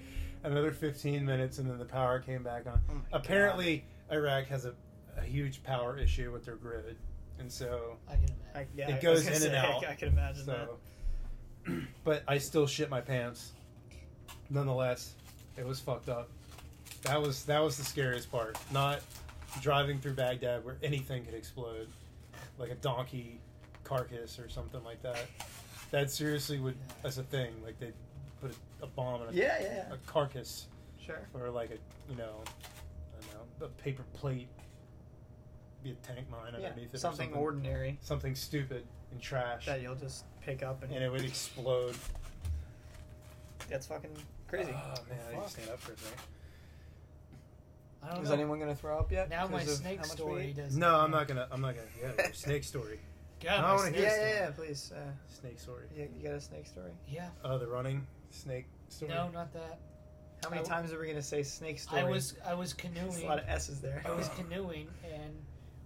Speaker 2: another 15 minutes and then the power came back on.
Speaker 1: Oh my
Speaker 2: Apparently, Iraq has a, a huge power issue with their grid. And so,
Speaker 3: I can
Speaker 1: I,
Speaker 3: imagine.
Speaker 1: yeah,
Speaker 2: It
Speaker 1: I was
Speaker 2: goes
Speaker 1: gonna
Speaker 2: in and
Speaker 1: say, I-
Speaker 2: out,
Speaker 1: I, can imagine that.
Speaker 2: so. But I still shit my pants. Nonetheless, it was fucked up. That was that was the scariest part. Not driving through Baghdad where anything could explode, like a donkey carcass or something like that. That seriously would as a thing. Like they put a, a bomb in a,
Speaker 1: Yeah, yeah, yeah.
Speaker 2: a carcass
Speaker 1: Sure.
Speaker 2: or like a you know, I don't know, a paper plate. be a tank mine
Speaker 1: Yeah,
Speaker 2: underneath it. or
Speaker 1: something, ordinary
Speaker 2: something stupid and trash,
Speaker 1: that you'll just pick up and
Speaker 2: and it would explode.
Speaker 1: that's fucking crazy.
Speaker 2: Oh man, I need
Speaker 3: Fuck.
Speaker 2: to stand up for a second.
Speaker 3: I don't
Speaker 1: Is
Speaker 3: know.
Speaker 1: anyone gonna throw up yet?
Speaker 3: now my
Speaker 1: because of
Speaker 3: snake
Speaker 1: how much we
Speaker 3: story
Speaker 1: ate?
Speaker 3: does.
Speaker 2: No, I'm not gonna. I'm not gonna. Yeah, your snake story.
Speaker 3: God,
Speaker 2: No,
Speaker 3: my
Speaker 2: I wanna
Speaker 1: Yeah,
Speaker 3: snake
Speaker 2: hear
Speaker 1: yeah,
Speaker 2: it.
Speaker 3: story.
Speaker 1: yeah, please. Uh,
Speaker 2: Snake story.
Speaker 1: you, you got a snake story?
Speaker 3: Yeah.
Speaker 2: Uh, the running snake story.
Speaker 3: No, not that.
Speaker 1: How many
Speaker 3: I-
Speaker 1: times are we gonna say snake story?
Speaker 3: I was I was
Speaker 1: There's a
Speaker 3: canoeing.
Speaker 1: lot of S's there.
Speaker 3: I was canoeing and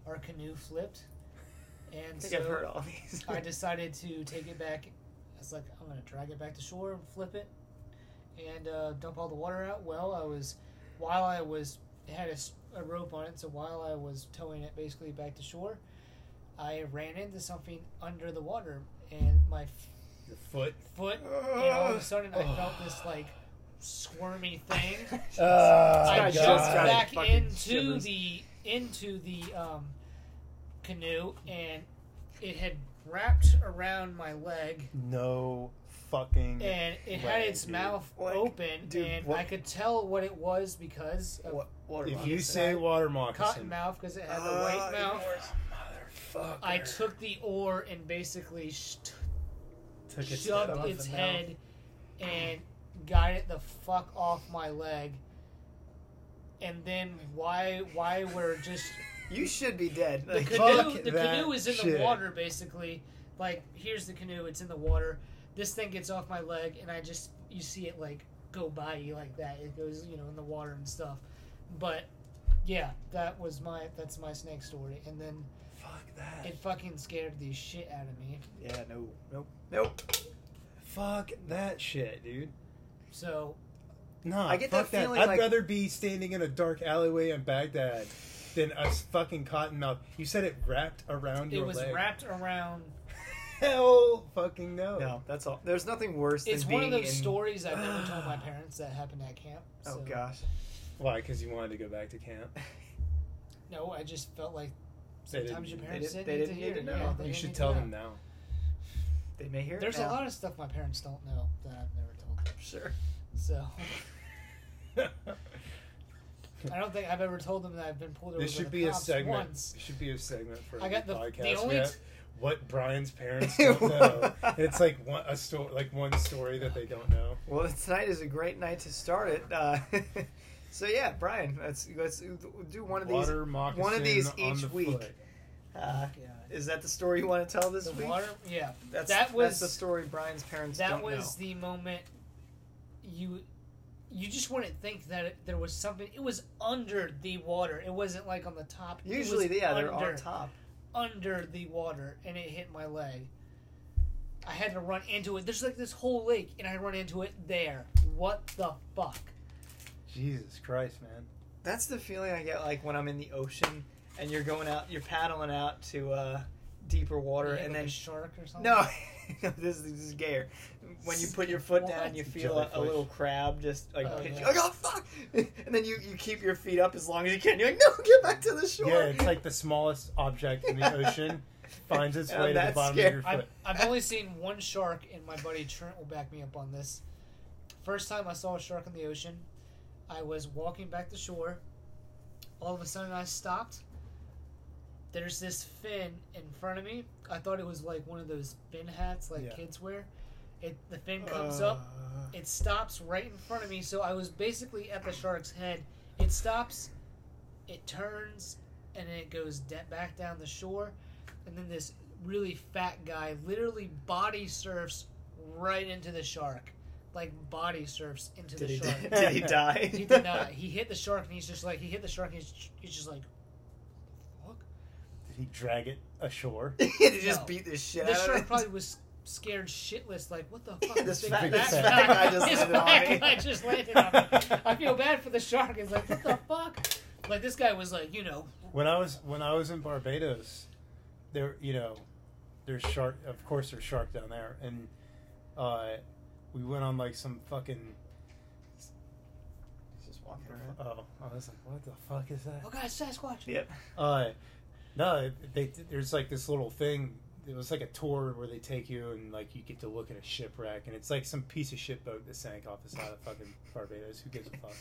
Speaker 3: our canoe flipped,
Speaker 1: I
Speaker 3: and
Speaker 1: think
Speaker 3: so
Speaker 1: I've heard all these.
Speaker 3: I decided to take it back. I was like, I'm gonna drag it back to shore and flip it, and uh, dump all the water out. Well, I was, while I was it had a s a a rope on it, so while I was towing it basically back to shore, I ran into something under the water, and my
Speaker 2: Your foot.
Speaker 3: foot, and all of a sudden I felt this like squirmy thing. I
Speaker 2: Uh,
Speaker 1: I
Speaker 3: jumped
Speaker 1: just got it.
Speaker 3: back
Speaker 1: Fucking
Speaker 3: into
Speaker 1: shivers.
Speaker 3: the into the um, canoe, and it had wrapped around my leg,
Speaker 2: No fucking.
Speaker 3: and it had
Speaker 2: Right,
Speaker 3: its
Speaker 2: dude.
Speaker 3: mouth
Speaker 1: Like,
Speaker 3: open,
Speaker 1: dude,
Speaker 3: and
Speaker 2: what-
Speaker 3: I could tell what it was because of
Speaker 1: What, water
Speaker 2: if
Speaker 1: moccasin.
Speaker 2: you say water moccasin,
Speaker 3: cotton mouth, because it had the
Speaker 1: Oh,
Speaker 2: Uh,
Speaker 3: white
Speaker 1: even
Speaker 3: mouth.
Speaker 1: worse.
Speaker 2: motherfucker,
Speaker 3: I took the oar and basically sh-
Speaker 2: took its head off
Speaker 3: shoved
Speaker 2: the
Speaker 3: its
Speaker 2: mouth.
Speaker 3: head and got it the fuck off my leg. And then why why we're just
Speaker 1: you should be dead.
Speaker 3: the
Speaker 1: Like,
Speaker 2: fuck
Speaker 3: canoe the
Speaker 2: that
Speaker 3: canoe is in the
Speaker 2: shit.
Speaker 3: water basically. Like here's the canoe, it's in the water. This thing gets off my leg and I just you see it like go by you like that. It goes, you know, in the water and stuff. But yeah, that was my that's my snake story. And then
Speaker 2: Fuck that.
Speaker 3: it fucking scared the shit out of me.
Speaker 1: yeah, no, nope, nope.
Speaker 2: Fuck that shit, dude.
Speaker 3: So
Speaker 2: No,
Speaker 1: I get
Speaker 2: fuck
Speaker 1: that feeling
Speaker 2: I'd
Speaker 1: like-
Speaker 2: rather be standing in a dark alleyway in Baghdad than a s- fucking cottonmouth. You said it wrapped around
Speaker 3: it
Speaker 2: your
Speaker 3: was
Speaker 2: leg.
Speaker 3: wrapped around
Speaker 2: Hell, fucking no.
Speaker 1: No, that's all. There's nothing worse
Speaker 3: It's
Speaker 1: than
Speaker 3: one of
Speaker 1: being
Speaker 3: those
Speaker 1: in-
Speaker 3: stories I've never told my parents that happened at camp.
Speaker 1: Oh
Speaker 3: so-
Speaker 1: gosh.
Speaker 2: Why? Because you wanted to go back to camp.
Speaker 3: No, I just felt like
Speaker 2: They
Speaker 3: sometimes your
Speaker 2: didn't-
Speaker 3: parents
Speaker 1: they didn't-
Speaker 3: didn't,
Speaker 1: they
Speaker 3: need to hear.
Speaker 1: didn't
Speaker 3: it.
Speaker 1: know.
Speaker 3: Yeah, they
Speaker 2: you
Speaker 3: didn't
Speaker 2: should
Speaker 3: need to
Speaker 2: tell
Speaker 3: know.
Speaker 2: them now.
Speaker 1: They may hear.
Speaker 3: There's
Speaker 1: it
Speaker 3: a
Speaker 1: now.
Speaker 3: lot of stuff my parents don't know that I've never told. them.
Speaker 1: Sure.
Speaker 3: So I don't think I've ever told them that I've been pulled over.
Speaker 2: this
Speaker 3: by
Speaker 2: should
Speaker 3: the
Speaker 2: be a
Speaker 3: cops
Speaker 2: segment.
Speaker 3: Once.
Speaker 2: This should be a segment for
Speaker 3: I got
Speaker 2: every
Speaker 3: the- the
Speaker 2: podcast. We
Speaker 3: only
Speaker 2: have what Brian's parents don't know. it's like one a story, like one story that they don't know.
Speaker 1: Well, tonight is a great night to start it. Uh, so yeah, Brian, let's let's do one of
Speaker 2: Water
Speaker 1: these. One of these
Speaker 2: moccasin on
Speaker 1: each
Speaker 2: the
Speaker 1: week.
Speaker 2: foot.
Speaker 1: Uh,
Speaker 3: Yeah.
Speaker 1: is that the story you want to tell this
Speaker 3: The
Speaker 1: week?
Speaker 3: water. Yeah.
Speaker 1: That's,
Speaker 3: that
Speaker 1: that's
Speaker 3: was
Speaker 1: the story Brian's parents
Speaker 3: that
Speaker 1: don't
Speaker 3: was the moment you you just wouldn't think that it, there was something. It was under the water. It wasn't like on the top.
Speaker 1: know. Usually,
Speaker 3: it was
Speaker 1: yeah, they're
Speaker 3: under.
Speaker 1: on top.
Speaker 3: under the water and it hit my leg. I had to run into it. There's like this whole lake and I run into it there. What the fuck?
Speaker 2: Jesus Christ, man.
Speaker 1: That's the feeling I get like when I'm in the ocean and you're going out, you're paddling out to uh, deeper water,
Speaker 3: You hit,
Speaker 1: and
Speaker 3: like, a
Speaker 1: then
Speaker 3: shark or something.
Speaker 1: No, no, this is, this is gayer. When you put your foot down,
Speaker 3: What?
Speaker 1: you feel a, a
Speaker 2: Jellyfish.
Speaker 1: little crab just like
Speaker 3: Oh,
Speaker 1: pinch you.
Speaker 3: yeah.
Speaker 1: Like, oh fuck! And then you, you keep your feet up as long as you can. You're like, no, get back to the shore.
Speaker 2: Yeah, it's like the smallest object in the ocean finds its
Speaker 1: And
Speaker 2: way to the
Speaker 1: that's
Speaker 2: bottom
Speaker 1: scary.
Speaker 2: of your
Speaker 3: I've,
Speaker 2: foot.
Speaker 3: I've only seen one shark, and my buddy Trent will back me up on this. First time I saw a shark in the ocean, I was walking back to shore. All of a sudden, I stopped. There's this fin in front of me. I thought it was like one of those fin hats like
Speaker 2: Yeah.
Speaker 3: kids wear. It the fin comes
Speaker 1: Uh,
Speaker 3: up. It stops right in front of me, so I was basically at the shark's head. It stops, it turns, and then it goes de- back down the shore, and then this really fat guy literally body surfs right into the shark, like body surfs into
Speaker 1: Did
Speaker 3: the
Speaker 1: he,
Speaker 3: shark.
Speaker 1: di- did he die?
Speaker 3: he did not. He hit the shark, and he's just like he hit the shark, and he's, he's just like, what
Speaker 2: Did he drag it ashore?
Speaker 1: Did he just
Speaker 3: No.
Speaker 1: beat the
Speaker 3: the
Speaker 1: shit
Speaker 3: fuck? This
Speaker 1: out
Speaker 3: shark
Speaker 1: of
Speaker 3: probably was scared shitless, like what the fuck?
Speaker 1: Yeah, this
Speaker 3: big
Speaker 1: fat-
Speaker 2: this fat guy just
Speaker 3: this
Speaker 2: landed on
Speaker 3: fat
Speaker 1: me.
Speaker 3: guy just landed on me. I feel bad for the shark. It's like, what the fuck? Like this guy was like, you know,
Speaker 2: when I was when I was in Barbados, there you know, there's shark. Of course, there's shark down there, and uh, we went on like some fucking.
Speaker 1: He's just walking around.
Speaker 2: Oh, I was like, what the fuck is that?
Speaker 3: oh god, Sasquatch.
Speaker 1: Yep.
Speaker 2: Uh, no, they, there's like this little thing it was like a tour where they take you and like you get to look at a shipwreck and it's like some piece of shit boat that sank off the side of fucking Barbados. Who gives a fuck?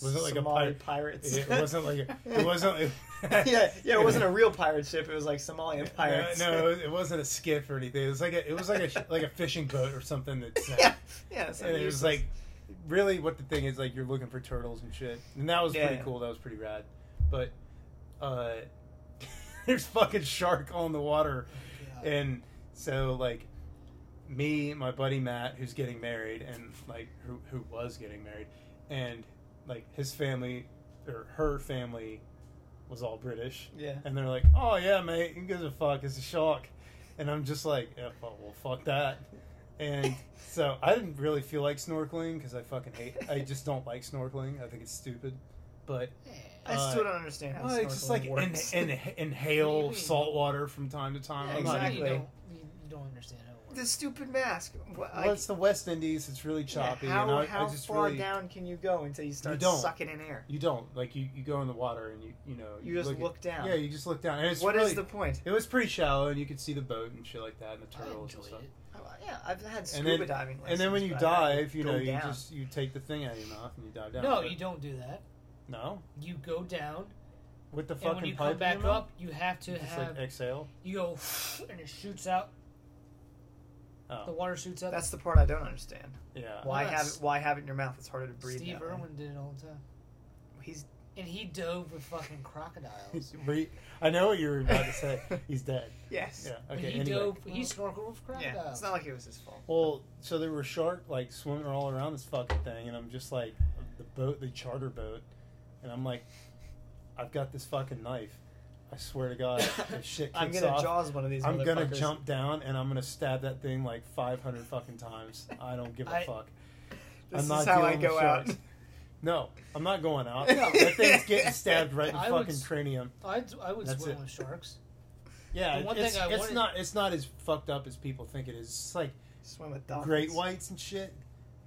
Speaker 2: Was it like a
Speaker 1: Somali
Speaker 2: pirate-
Speaker 1: pirates?
Speaker 2: It wasn't like a, it wasn't. It,
Speaker 1: yeah, yeah, it wasn't a real pirate ship. It was like Somalian pirates.
Speaker 2: No, no, it wasn't a skiff or anything. It was like a, it was like a sh- like a fishing boat or something that sank.
Speaker 1: yeah, yeah. so
Speaker 2: and it was
Speaker 1: useless.
Speaker 2: like really what the thing is like you're looking for turtles and shit and that was pretty
Speaker 1: Yeah.
Speaker 2: cool that was pretty rad but uh there's fucking shark on the water
Speaker 3: Yeah.
Speaker 2: and so like me my buddy matt who's getting married and like who, who was getting married and like his family or her family was all british
Speaker 1: Yeah.
Speaker 2: and they're like oh yeah mate who gives a fuck it's a shark and i'm just like yeah, fuck, well fuck that and so I didn't really feel like snorkeling because I fucking hate. I just don't like snorkeling. I think it's stupid. But
Speaker 1: I
Speaker 2: uh,
Speaker 1: still don't understand how
Speaker 2: well, it's just like
Speaker 1: snorkeling
Speaker 2: in,
Speaker 1: works.
Speaker 2: in, inhale
Speaker 3: Maybe.
Speaker 2: salt water from time to time.
Speaker 1: Yeah,
Speaker 2: I'm not-
Speaker 1: exactly.
Speaker 3: You don't, you, you don't understand how it works.
Speaker 1: the stupid mask. What,
Speaker 2: Well, it's the West Indies. It's really choppy.
Speaker 1: how
Speaker 2: and I,
Speaker 1: how
Speaker 2: I just
Speaker 1: far
Speaker 2: really,
Speaker 1: down can you go until you start
Speaker 2: don't.
Speaker 1: sucking in air?
Speaker 2: You don't like you, you go in the water and you you know
Speaker 1: You just look,
Speaker 2: at-
Speaker 1: down.
Speaker 2: Yeah, you just look down. And it's
Speaker 1: What is
Speaker 2: really,
Speaker 1: the point?
Speaker 2: It was pretty shallow, and you could see the boat and shit like that, and the
Speaker 3: I
Speaker 2: turtles and
Speaker 3: enjoyed
Speaker 2: stuff.
Speaker 3: it.
Speaker 1: Oh, yeah, I've had
Speaker 2: And
Speaker 1: scuba
Speaker 2: then-
Speaker 1: diving. Lessons,
Speaker 2: And then when you
Speaker 1: but I didn't
Speaker 2: dive, you
Speaker 1: go
Speaker 2: know, you
Speaker 1: down.
Speaker 2: just you take the thing out of your mouth and you dive down.
Speaker 3: No,
Speaker 2: But-
Speaker 3: you don't do that.
Speaker 2: No,
Speaker 3: You go down,
Speaker 2: with the
Speaker 3: and
Speaker 2: fucking
Speaker 3: when you
Speaker 2: pipe
Speaker 3: come
Speaker 2: in
Speaker 3: back
Speaker 2: your mouth?
Speaker 3: up, you have to
Speaker 2: Just
Speaker 3: have
Speaker 2: like exhale.
Speaker 3: you go and it shoots out.
Speaker 2: Oh.
Speaker 3: The water shoots out.
Speaker 1: That's the part I don't understand.
Speaker 2: Yeah.
Speaker 1: Why
Speaker 3: Yes.
Speaker 1: have it? Why have it in your mouth? It's harder to breathe.
Speaker 3: Steve
Speaker 1: that way.
Speaker 3: Irwin did it all the time,
Speaker 1: He's
Speaker 3: and he dove with fucking crocodiles.
Speaker 2: Re- I know what you were about to say. He's dead.
Speaker 1: yes.
Speaker 2: Yeah.
Speaker 3: But
Speaker 2: Okay.
Speaker 3: he
Speaker 2: anyway.
Speaker 3: dove. He snorkeled with
Speaker 1: Yeah.
Speaker 3: crocodiles.
Speaker 1: It's not like it was his fault.
Speaker 2: Well, so there were shark like swimming all around this fucking thing, and I'm just like the boat, the charter boat, and I'm like, I've got this fucking knife. I swear to God, if shit kicks
Speaker 1: I'm gonna
Speaker 2: off,
Speaker 1: jaws one of these.
Speaker 2: I'm gonna
Speaker 1: motherfuckers.
Speaker 2: jump down and I'm gonna stab that thing like 500 fucking times. I don't give a
Speaker 3: I-
Speaker 2: fuck.
Speaker 1: This
Speaker 2: I'm not
Speaker 1: is how I
Speaker 2: dealing with
Speaker 1: go out.
Speaker 2: sharks. No, I'm not going out. that thing's getting stabbed right in the
Speaker 3: I would
Speaker 2: fucking
Speaker 3: s-
Speaker 2: cranium.
Speaker 3: I'd, I would
Speaker 2: That's
Speaker 3: swim
Speaker 2: it.
Speaker 3: with sharks.
Speaker 2: Yeah,
Speaker 3: The one
Speaker 2: it's,
Speaker 3: thing I
Speaker 2: it's
Speaker 3: wanted-
Speaker 2: not it's not as fucked up as people think it is. It's like
Speaker 1: Swim with dolphins.
Speaker 2: great whites and shit.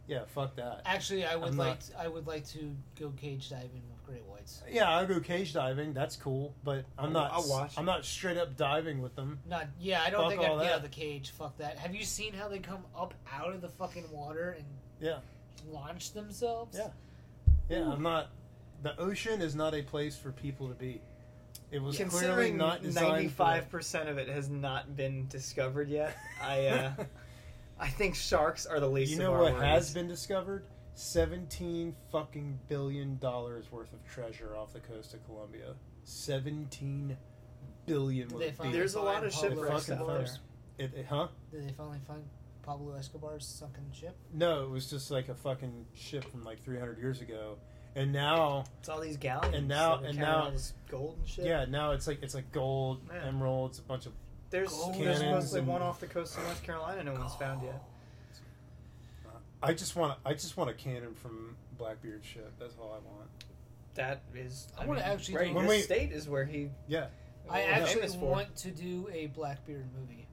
Speaker 2: Yeah, fuck that.
Speaker 3: Actually, I would
Speaker 2: I'm
Speaker 3: like to, I would like to go cage diving with great whites.
Speaker 2: Yeah, I'll go cage diving. That's cool, but I'm not.
Speaker 1: I'll watch.
Speaker 2: I'm not straight up diving with them.
Speaker 3: Not yeah. I don't
Speaker 2: Fuck
Speaker 3: think I'd
Speaker 2: all
Speaker 3: get
Speaker 2: that.
Speaker 3: out of the cage. Fuck that. Have you seen how they come up out of the fucking water and
Speaker 2: Yeah.
Speaker 3: launch themselves?
Speaker 2: Yeah. Yeah, I'm not. The ocean is not a place for people to be. It was clearly
Speaker 1: Considering
Speaker 2: not designed. for that.
Speaker 1: ninety-five percent of it has not been discovered yet, I uh, I think sharks are the least.
Speaker 2: you know
Speaker 1: of our
Speaker 2: what
Speaker 1: worries.
Speaker 2: has been discovered? Seventeen fucking billion dollars worth of treasure off the coast of Colombia. Seventeen billion.
Speaker 3: Did
Speaker 2: would
Speaker 3: they
Speaker 2: be-
Speaker 3: finally
Speaker 1: There's a
Speaker 3: find
Speaker 1: lot of
Speaker 3: Pablo
Speaker 1: shipwrecks
Speaker 2: Fucking
Speaker 1: out
Speaker 3: Escobar?
Speaker 1: there.
Speaker 2: first. It, it- huh?
Speaker 3: Did they finally find Pablo Escobar's sunken ship?
Speaker 2: No, it was just like a fucking ship from like 300 years ago, and now,
Speaker 1: It's all these gallons.
Speaker 2: And now-
Speaker 1: that are
Speaker 2: and
Speaker 1: carrying
Speaker 2: now-
Speaker 1: all this gold and shit.
Speaker 2: yeah, now it's like it's like gold,
Speaker 1: Yeah.
Speaker 2: emeralds, a bunch of.
Speaker 1: there's
Speaker 3: Gold
Speaker 1: there's
Speaker 2: cannons
Speaker 1: supposedly
Speaker 2: and-
Speaker 1: one off the coast of North Carolina no one's found yet.
Speaker 2: I just want I just want a cannon from Blackbeard's ship. That's all I want.
Speaker 1: That is.
Speaker 3: I wanna actually
Speaker 1: Right,
Speaker 3: do-
Speaker 2: When
Speaker 1: this
Speaker 2: we-
Speaker 1: state is where he.
Speaker 2: Yeah.
Speaker 3: I
Speaker 1: well, he's
Speaker 3: actually
Speaker 1: Oh, famous for.
Speaker 3: want to do a Blackbeard movie.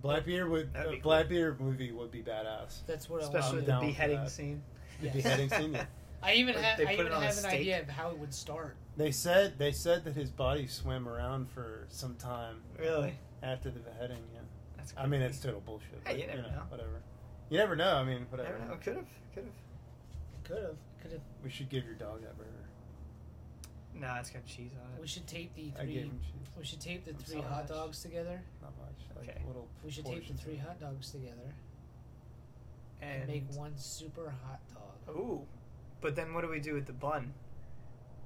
Speaker 2: Blackbeard would
Speaker 1: That'd be
Speaker 2: a
Speaker 1: cool.
Speaker 2: Blackbeard movie would be badass.
Speaker 3: That's what
Speaker 1: especially
Speaker 2: I'm
Speaker 1: with the
Speaker 3: I
Speaker 2: down
Speaker 3: want.
Speaker 2: for
Speaker 1: beheading
Speaker 2: that.
Speaker 1: scene.
Speaker 2: The
Speaker 3: Yes.
Speaker 2: beheading scene. yeah.
Speaker 3: I even
Speaker 1: Like,
Speaker 3: have
Speaker 1: they put
Speaker 3: I even
Speaker 1: it on a
Speaker 3: have an
Speaker 1: stake.
Speaker 3: idea of how it would start.
Speaker 2: They said they said that his body swam around for some time
Speaker 1: Really?
Speaker 2: after the beheading. Yeah.
Speaker 1: That's
Speaker 2: I mean,
Speaker 1: creepy.
Speaker 2: it's total bullshit.
Speaker 1: Hey,
Speaker 2: but,
Speaker 1: you never know.
Speaker 2: Whatever. You never know. I mean,
Speaker 1: I
Speaker 2: whatever.
Speaker 1: don't know. Could have. Could have.
Speaker 3: Could have. Could have.
Speaker 2: We should give your dog that burger.
Speaker 1: No, it's got cheese on it.
Speaker 3: We should tape the
Speaker 2: I gave
Speaker 3: E three.
Speaker 2: him cheese.
Speaker 3: We should tape the
Speaker 1: I'm
Speaker 3: three
Speaker 1: sorry.
Speaker 3: hot dogs together.
Speaker 2: Not much. Like
Speaker 1: Okay.
Speaker 2: little.
Speaker 3: We should tape the
Speaker 2: portions.
Speaker 3: three hot dogs together and Oh.
Speaker 1: And
Speaker 3: make one super hot dog.
Speaker 1: Ooh. But then what do we do with the bun?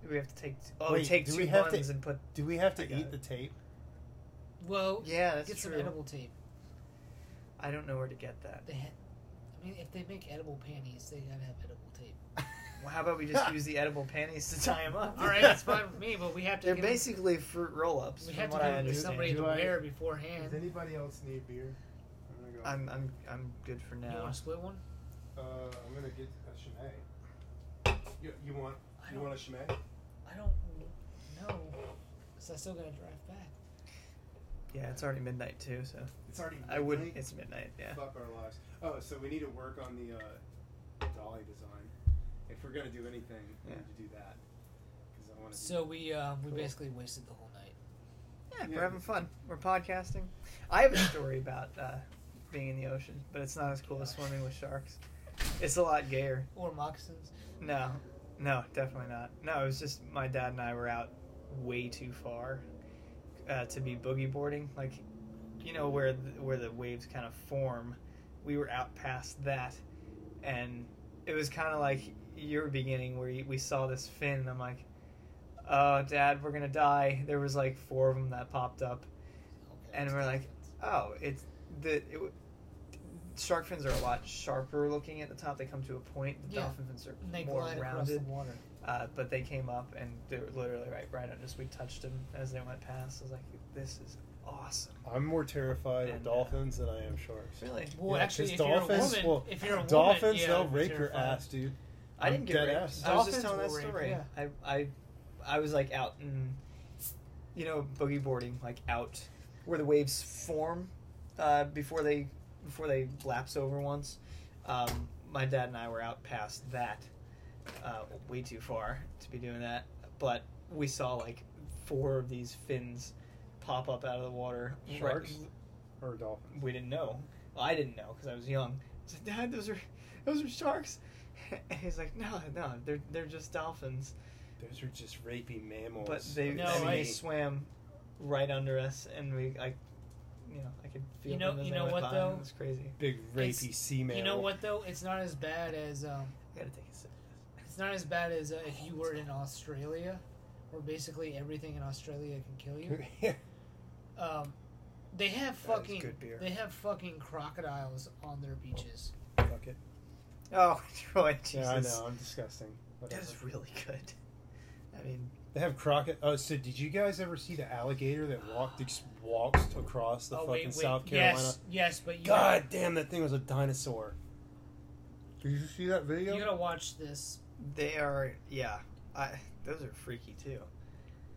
Speaker 1: Do we have to take? Oh,
Speaker 2: Wait,
Speaker 1: take
Speaker 2: do
Speaker 1: two
Speaker 2: we have to-
Speaker 1: buns and put.
Speaker 2: Do we have
Speaker 1: I
Speaker 2: to
Speaker 1: got
Speaker 2: eat
Speaker 1: it.
Speaker 2: the tape?
Speaker 3: Well,
Speaker 1: Yeah, that's
Speaker 3: get
Speaker 1: true.
Speaker 3: some edible tape.
Speaker 1: I don't know where to get that.
Speaker 3: They ha- I mean, if they make edible panties, they gotta have edible tape.
Speaker 1: Well, how about we just use the edible panties to tie them up?
Speaker 3: All right, that's fine with me, but we have to.
Speaker 1: They're
Speaker 3: give 'em-
Speaker 1: basically fruit roll-ups.
Speaker 3: We
Speaker 1: from
Speaker 3: have to
Speaker 1: what I
Speaker 3: give 'em to
Speaker 1: understand.
Speaker 3: somebody
Speaker 2: Do
Speaker 3: to
Speaker 2: I-
Speaker 3: wear
Speaker 4: Does
Speaker 3: beforehand.
Speaker 4: anybody else need beer? I'm gonna go.
Speaker 1: I'm I'm I'm good for
Speaker 3: You
Speaker 1: now.
Speaker 3: want to split one?
Speaker 4: uh, I'm gonna get a Chimay. You, you want?
Speaker 3: I
Speaker 4: You
Speaker 3: don't.
Speaker 4: want a Chimay?
Speaker 3: I don't know. Cause I still gotta drive back.
Speaker 1: Yeah, it's already midnight too, so
Speaker 4: It's already.
Speaker 1: I wouldn't.
Speaker 4: midnight.
Speaker 1: It's midnight. Yeah.
Speaker 4: Fuck our lives. Oh, so we need to work on the uh, dolly design. If we're gonna do anything, we
Speaker 1: Yeah.
Speaker 4: need to do that. 'Cause I want to.
Speaker 3: So we um, we
Speaker 4: Cool.
Speaker 3: basically wasted the whole night.
Speaker 1: Yeah, we're having fun. We're podcasting. I have a story about uh, being in the ocean, but it's not as cool as swimming with sharks. It's a lot gayer.
Speaker 3: Or moccasins.
Speaker 1: No, no, definitely not. No, it was just my dad and I were out way too far uh, to be boogie boarding. Like, you know where the, where the waves kind of form. We were out past that, and it was kind of like your beginning where you, we saw this fin. And I'm like, oh, dad, we're gonna die. There was like four of them that popped up. And we're like, Oh, it's the it, w- shark fins are a lot sharper looking at the top. They come to a point. The
Speaker 3: Yeah.
Speaker 1: dolphin fins are
Speaker 3: And they
Speaker 1: more
Speaker 3: glide across the
Speaker 1: rounded.
Speaker 3: water.
Speaker 1: Uh, but they came up and they were literally right, right under us. We touched them as they went past. I was like, "This is awesome."
Speaker 2: I'm more terrified of
Speaker 1: And, uh,
Speaker 2: dolphins than I am sharks.
Speaker 1: Really,
Speaker 3: Well,
Speaker 2: Yeah,
Speaker 3: actually,
Speaker 2: 'cause
Speaker 3: if
Speaker 2: dolphins
Speaker 3: you're a woman,
Speaker 2: will-
Speaker 3: if you're a
Speaker 2: dolphins,
Speaker 3: woman, yeah,
Speaker 2: they'll
Speaker 3: I'm
Speaker 2: rape your
Speaker 3: terrified.
Speaker 2: ass, dude.
Speaker 1: I
Speaker 2: I'm
Speaker 1: didn't get
Speaker 2: dead
Speaker 1: raped.
Speaker 2: ass.
Speaker 1: I was just
Speaker 3: Dolphins
Speaker 1: telling
Speaker 3: will
Speaker 1: that
Speaker 3: rape,
Speaker 1: story.
Speaker 3: yeah.
Speaker 1: I, I, I was like out and, you know, boogie boarding, like out where the waves form uh, before they before they lapse over once. Um, my dad and I were out past that, uh, way too far to be doing that. But we saw like four of these fins pop up out of the water. right-
Speaker 2: Sharks or dolphins?
Speaker 1: we didn't know. Well, I didn't know because I was young. I said, Dad, those are those are sharks. And he's like, No, no, they're they're just dolphins.
Speaker 2: Those are just rapey mammals.
Speaker 1: But they,
Speaker 3: No,
Speaker 1: I mean,
Speaker 3: I-
Speaker 1: they swam right under us, and we like, you know, I could feel
Speaker 3: You know-
Speaker 1: them as
Speaker 3: you
Speaker 1: they
Speaker 3: know
Speaker 1: went
Speaker 3: what,
Speaker 1: by.
Speaker 3: though?
Speaker 1: It was crazy.
Speaker 2: big
Speaker 3: It's-
Speaker 2: rapey sea mammal.
Speaker 3: You know what though? It's not as bad as um,
Speaker 1: I gotta take a sip.
Speaker 3: it's not as bad as uh, if you were in Australia, where basically everything in Australia can kill you. Um, they have
Speaker 2: That is
Speaker 3: fucking
Speaker 2: good beer.
Speaker 3: they have fucking crocodiles on their beaches.
Speaker 2: Fuck it.
Speaker 1: Oh, Troy, Jesus,
Speaker 2: Yeah, I know. I'm disgusting.
Speaker 1: that
Speaker 2: Whatever.
Speaker 1: was really good. I mean,
Speaker 2: They have crocodile. Oh, so did you guys ever see the alligator that walked ex- walks across the
Speaker 3: oh
Speaker 2: fucking
Speaker 3: wait, wait,
Speaker 2: South Carolina?
Speaker 3: yes, yes, but you
Speaker 2: God damn, that thing was a dinosaur. Did you see that video?
Speaker 3: you gotta watch this.
Speaker 1: they are yeah. I, those are freaky too.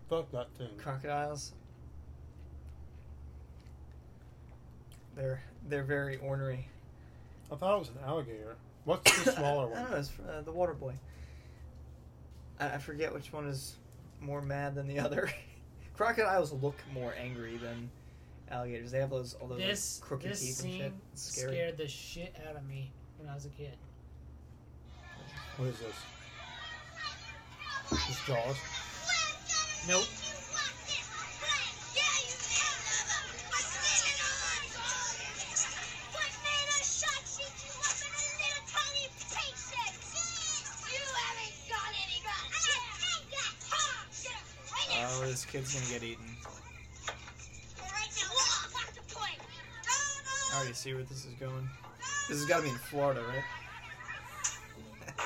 Speaker 2: Fuck that thing.
Speaker 1: Crocodiles. They're they're very ornery.
Speaker 2: I thought it was an alligator. What's the smaller
Speaker 1: I don't
Speaker 2: one?
Speaker 1: know. It's uh, the Water Boy. I, I forget which one is more mad than the other. Crocodiles look more angry than alligators. They have those all those like,
Speaker 3: This
Speaker 1: crooked
Speaker 3: this
Speaker 1: teeth and shit.
Speaker 3: scene
Speaker 1: It's scary.
Speaker 3: scared the shit out of me when I was a kid.
Speaker 2: What is this? This Jaws?
Speaker 3: Nope.
Speaker 1: Oh, this kid's gonna get eaten. I already see where this is going. This has got to be in Florida, right?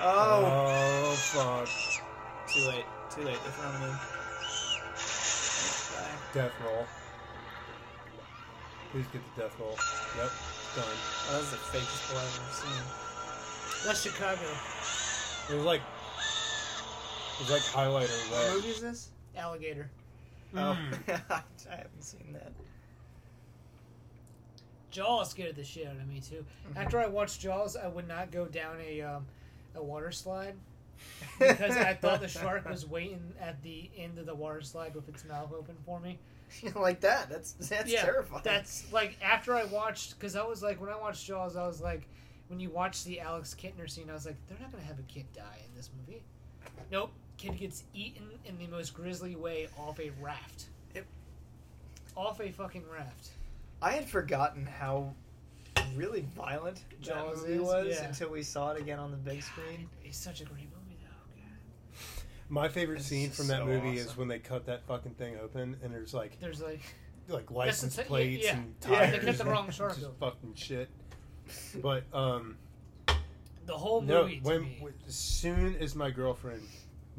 Speaker 1: oh,
Speaker 2: Oh, fuck. Oh.
Speaker 1: too late. Too late. They found me. Bye.
Speaker 2: Death roll. Please get the death roll. Yep, done.
Speaker 1: Oh, that's the fakest blood I've ever seen.
Speaker 3: That's Chicago.
Speaker 2: It was like it was like highlighter
Speaker 1: What
Speaker 2: red.
Speaker 1: movie is this?
Speaker 3: Alligator.
Speaker 1: Oh,
Speaker 2: Mm.
Speaker 3: Hmm.
Speaker 1: I haven't seen that.
Speaker 3: Jaws scared the shit out of me too. After I watched Jaws, I would not go down a um, a water slide because I thought the shark was waiting at the end of the water slide with its mouth open for me.
Speaker 1: like that. That's that's
Speaker 3: Yeah,
Speaker 1: terrifying.
Speaker 3: That's like after I watched because I was like when I watched Jaws, I was like when you watch the Alex Kittner scene, I was like they're not gonna have a kid die in this movie. Nope, kid gets eaten in the most grisly way off a raft.
Speaker 1: Yep.
Speaker 3: Off a fucking raft.
Speaker 1: I had forgotten how really violent Jaws
Speaker 3: Jaws
Speaker 1: movie
Speaker 3: is,
Speaker 1: was
Speaker 3: yeah.
Speaker 1: until we saw it again on the big screen.
Speaker 3: It's such a great movie though. God.
Speaker 2: My favorite
Speaker 1: That's
Speaker 2: scene
Speaker 1: just
Speaker 2: from that
Speaker 1: so
Speaker 2: movie is
Speaker 1: awesome.
Speaker 2: when they cut that fucking thing open and there's like
Speaker 3: There's like
Speaker 2: like
Speaker 3: That's the
Speaker 2: license
Speaker 3: thing, yeah,
Speaker 2: plates
Speaker 3: yeah.
Speaker 2: and
Speaker 1: Yeah,
Speaker 2: tires.
Speaker 1: they cut the
Speaker 2: and
Speaker 3: wrong shark
Speaker 2: Just
Speaker 3: open.
Speaker 2: fucking shit. But um
Speaker 3: the whole
Speaker 2: no,
Speaker 3: movie. to
Speaker 2: when,
Speaker 3: me.
Speaker 2: when- as soon as my girlfriend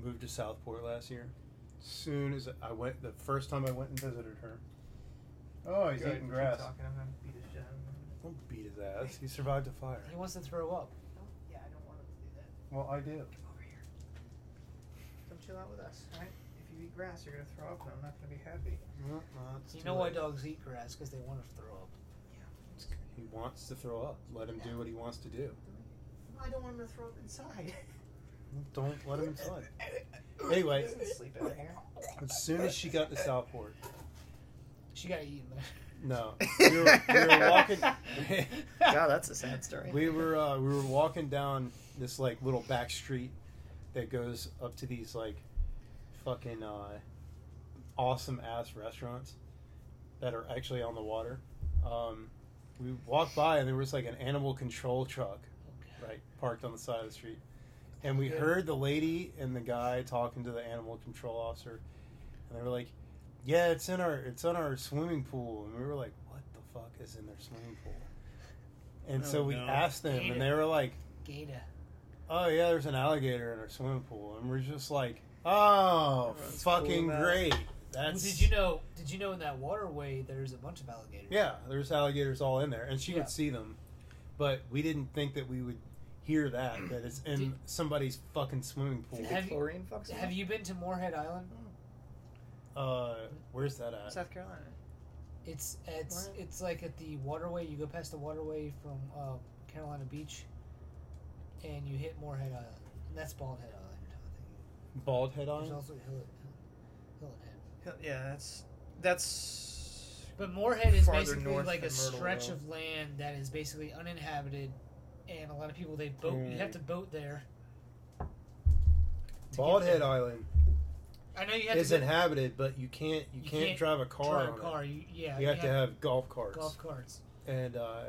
Speaker 2: moved to Southport last year, soon as I went the first time I went and visited her. Oh, he's eating grass. Don't beat his ass. He survived a fire.
Speaker 3: He wants to throw up.
Speaker 1: Oh, Yeah, I don't want him to do that.
Speaker 2: Well, I did.
Speaker 1: Come over here. Come chill out with us, alright? If you eat grass, you're gonna throw up, and I'm not gonna be happy.
Speaker 2: No, no, it's
Speaker 3: you
Speaker 2: too
Speaker 3: know why
Speaker 2: late.
Speaker 3: dogs eat grass? Because they want to throw up.
Speaker 2: He wants to throw up. Let him do what he wants to do.
Speaker 1: I don't want him to throw up inside.
Speaker 2: Don't let him inside. Anyway,
Speaker 1: Doesn't sleep in there.
Speaker 2: as soon as she got to Southport,
Speaker 3: She got eaten there.
Speaker 2: no, we were, we were walking.
Speaker 1: God, that's a sad story.
Speaker 2: we were uh, we were walking down this like little back street that goes up to these like fucking uh, awesome ass restaurants that are actually on the water. Um, we walked by and there was like an animal control truck right parked on the side of the street, and we
Speaker 3: Yeah.
Speaker 2: heard the lady and the guy talking to the animal control officer, and they were like, "Yeah, it's in our it's on our swimming pool," and we were like, "What the fuck is in their swimming pool?" And so
Speaker 4: Oh,
Speaker 2: we
Speaker 4: no.
Speaker 2: asked them,
Speaker 3: Gator.
Speaker 2: and they were like,
Speaker 3: Gata.
Speaker 2: "Oh yeah, there's an alligator in our swimming pool," and we're just like, "Oh,
Speaker 1: Everyone's cool
Speaker 2: fucking
Speaker 1: about it."
Speaker 2: great!"
Speaker 3: Well,
Speaker 2: That's
Speaker 3: did you know? Did you know in that waterway there's a bunch of alligators?
Speaker 2: yeah, there's alligators all in there, and she
Speaker 3: Yeah.
Speaker 2: could see them, but we didn't think that we would hear that that it's in
Speaker 3: Did-
Speaker 2: somebody's fucking swimming pool.
Speaker 1: The
Speaker 3: Have you-
Speaker 1: chlorine fucks
Speaker 3: Have
Speaker 1: me?
Speaker 3: you been to Moorhead Island?
Speaker 2: Uh, where's that at?
Speaker 1: South Carolina?
Speaker 3: It's it's
Speaker 1: What?
Speaker 3: it's like at the waterway. You go past the waterway from uh, Carolina Beach, and you hit Moorhead Island. And that's Bald Head Island. I
Speaker 2: Bald head
Speaker 3: think. There's
Speaker 2: on?
Speaker 3: also Hill, Hill, Hill and Head.
Speaker 1: Hell, Yeah, that's that's
Speaker 3: But Moorhead is
Speaker 1: Farther
Speaker 3: basically
Speaker 1: north
Speaker 3: like a
Speaker 1: than Myrtle
Speaker 3: stretch
Speaker 1: Hill.
Speaker 3: of land that is basically uninhabited, and a lot of people they boat. You have
Speaker 2: Mm.
Speaker 3: to boat there. to
Speaker 2: Bald
Speaker 3: get
Speaker 2: head
Speaker 3: there.
Speaker 2: island
Speaker 3: I know you have
Speaker 2: is
Speaker 3: to go-
Speaker 2: inhabited, but you can't you,
Speaker 3: You
Speaker 2: can't,
Speaker 3: can't
Speaker 2: drive a car.
Speaker 3: drive
Speaker 2: on
Speaker 3: a
Speaker 2: it.
Speaker 3: car. You, yeah,
Speaker 2: You, have, to have golf carts.
Speaker 3: golf carts.
Speaker 2: And uh,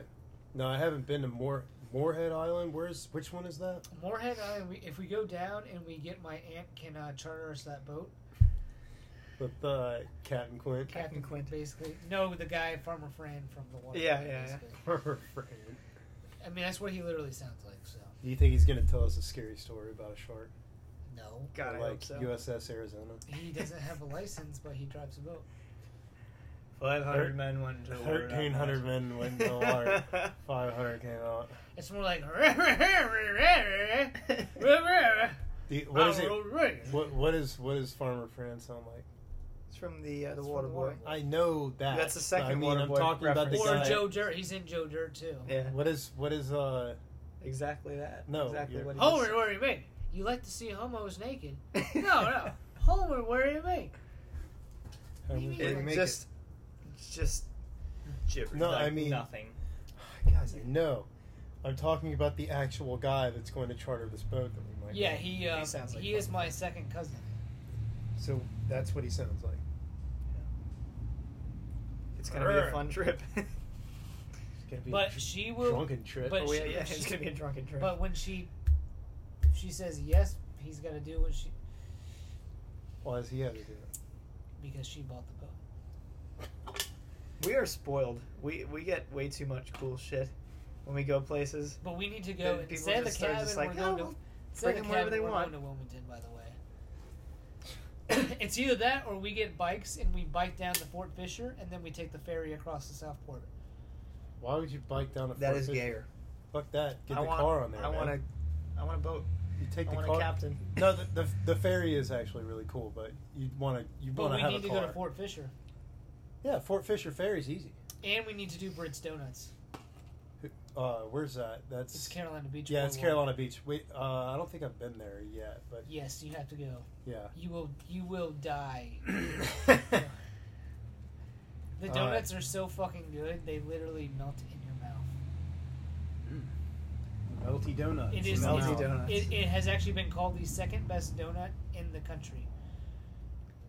Speaker 2: no, I haven't been to Moor Moorhead Island. Where's which one is that?
Speaker 3: Moorhead Island. We, if we go down and we get my aunt can uh, charter us that boat.
Speaker 2: With uh, Cat and Quint.
Speaker 3: Captain
Speaker 1: Captain
Speaker 3: Quint,
Speaker 1: Quint.
Speaker 3: basically. No, the guy, Farmer Fran from the water.
Speaker 1: Yeah, yeah,
Speaker 3: basically.
Speaker 2: Her friend.
Speaker 3: I mean, that's what he literally sounds like. So
Speaker 2: Do you think he's gonna tell us a scary story about a shark?
Speaker 3: no,
Speaker 1: God, I
Speaker 2: like
Speaker 1: hope so.
Speaker 2: USS Arizona.
Speaker 3: he doesn't have a license, but he drives a boat.
Speaker 5: Five
Speaker 2: Thir-
Speaker 5: hundred men went into the water.
Speaker 2: Thirteen hundred men went in the water. Five hundred came out.
Speaker 3: It's more like. What
Speaker 2: Do you- what is it?
Speaker 3: it?
Speaker 2: What what is what does Farmer Fran sound like?
Speaker 1: it's from the uh, the
Speaker 3: It's
Speaker 1: Water
Speaker 3: from
Speaker 1: Boy.
Speaker 3: Waterboy.
Speaker 2: I know that.
Speaker 1: That's the
Speaker 2: but I
Speaker 1: second
Speaker 2: mean, I'm
Speaker 1: Waterboy
Speaker 2: talking about the
Speaker 1: reference.
Speaker 3: Or
Speaker 2: guy.
Speaker 3: Joe Dirt. He's in Joe Dirt too.
Speaker 1: Yeah,
Speaker 2: What is what is uh?
Speaker 1: exactly that.
Speaker 2: No,
Speaker 1: exactly
Speaker 2: you're-
Speaker 1: what. he
Speaker 3: Homer,
Speaker 1: just-
Speaker 3: where you make? You like to see homos naked? No, no. Homer, where you make?
Speaker 2: how
Speaker 3: What do you
Speaker 2: much
Speaker 3: mean?
Speaker 2: they
Speaker 1: It
Speaker 2: make
Speaker 1: just, just
Speaker 5: Gibberish,
Speaker 2: No,
Speaker 5: like
Speaker 2: I mean-
Speaker 5: nothing.
Speaker 2: it? Oh, Guys, I know. I'm talking about the actual guy that's going to charter this boat that we might.
Speaker 3: Yeah,
Speaker 2: get.
Speaker 3: he uh,
Speaker 1: He
Speaker 3: he,
Speaker 1: sounds like
Speaker 3: is
Speaker 1: fun.
Speaker 3: my second cousin.
Speaker 2: So that's what he sounds like.
Speaker 1: it's gonna be a
Speaker 2: Brr.
Speaker 1: fun trip.
Speaker 2: It's gonna be
Speaker 3: But
Speaker 2: a
Speaker 3: she
Speaker 2: dr-
Speaker 3: will.
Speaker 2: drunken trip.
Speaker 3: but
Speaker 1: Oh, yeah,
Speaker 3: she-
Speaker 1: yeah, it's
Speaker 3: she-
Speaker 1: gonna be a drunken trip.
Speaker 3: But when she she says yes, he's got to do what she
Speaker 2: Why does he have to do it?
Speaker 3: because she bought the boat.
Speaker 1: we are spoiled. We we get way too much cool shit when we go places.
Speaker 3: But we need to
Speaker 1: And
Speaker 3: go
Speaker 1: people
Speaker 3: instead of the
Speaker 1: just start
Speaker 3: cabin.
Speaker 1: just
Speaker 3: we're
Speaker 1: like,
Speaker 3: going
Speaker 1: "Oh,
Speaker 3: to instead
Speaker 1: bring
Speaker 3: of the
Speaker 1: 'em wherever
Speaker 3: cabin,
Speaker 1: they
Speaker 3: we're
Speaker 1: want."
Speaker 3: going to Wilmington, by the way. it's either that or we get bikes and we bike down to Fort Fisher and then we take the ferry across to Southport.
Speaker 2: Why would you bike down a
Speaker 1: That
Speaker 2: Fort
Speaker 1: is
Speaker 2: Fisher?
Speaker 1: gayer.
Speaker 2: Fuck that. Get
Speaker 1: I
Speaker 2: the
Speaker 1: want,
Speaker 2: car on there.
Speaker 1: I
Speaker 2: man.
Speaker 1: want a, I want a boat.
Speaker 2: You take
Speaker 1: I
Speaker 2: the
Speaker 1: want
Speaker 2: car.
Speaker 1: a captain.
Speaker 2: No, the, the the ferry is actually really cool, but you want to you
Speaker 3: But
Speaker 2: want
Speaker 3: we
Speaker 2: have
Speaker 3: need
Speaker 2: a
Speaker 3: to
Speaker 2: car.
Speaker 3: go to Fort Fisher
Speaker 2: yeah, Fort Fisher ferry's easy.
Speaker 3: and we need to do Brit's Donuts.
Speaker 2: Uh, where's that? That's
Speaker 3: It's Carolina Beach.
Speaker 2: yeah, it's
Speaker 3: Boardwalk.
Speaker 2: Carolina Beach. Wait, uh, I don't think I've been there yet, but
Speaker 3: Yes, you have to go.
Speaker 2: yeah.
Speaker 3: You will. You will die. The
Speaker 2: All
Speaker 3: donuts are so fucking good; they literally melt in your mouth.
Speaker 2: Melty donuts.
Speaker 3: It is
Speaker 1: Uh, Melty
Speaker 3: it's-
Speaker 1: donuts.
Speaker 3: It, it has actually been called the second best donut in the country.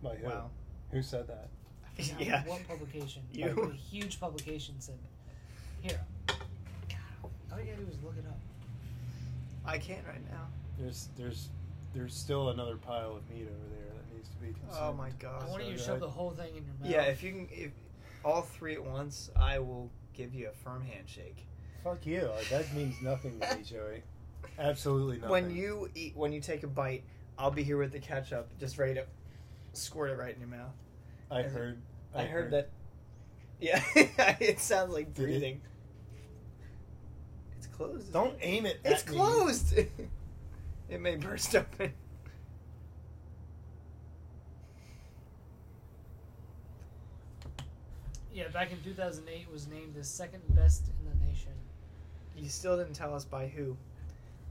Speaker 2: By who?
Speaker 1: Wow.
Speaker 2: Who said that?
Speaker 3: I forgot
Speaker 1: Yeah.
Speaker 3: What publication?
Speaker 1: You.
Speaker 3: Like, a huge publication said. Here. God, all you gotta do is look it up.
Speaker 1: I can't right now.
Speaker 2: There's there's there's still another pile of meat over there that needs to be consumed.
Speaker 1: Oh my
Speaker 3: I
Speaker 1: god.
Speaker 2: Awesome.
Speaker 3: want you to
Speaker 2: so
Speaker 3: shove
Speaker 2: good.
Speaker 3: the whole thing in your mouth.
Speaker 1: Yeah, if you can, if all three at once, I will give you a firm handshake.
Speaker 2: Fuck you! Like, that means nothing to me, Joey. Absolutely nothing.
Speaker 1: When you eat, when you take a bite, I'll be here with the ketchup, just ready to squirt it right in your mouth.
Speaker 2: I heard.
Speaker 1: I, heard, that. Yeah, it sounds like
Speaker 2: Did it-
Speaker 1: breathing. It's closed. isn't
Speaker 2: Don't
Speaker 1: it?
Speaker 2: aim it.
Speaker 1: It's
Speaker 2: at me.
Speaker 1: closed. it may burst open.
Speaker 3: Yeah, back in 2008, it was named the second best in the nation.
Speaker 1: You still didn't tell us by who.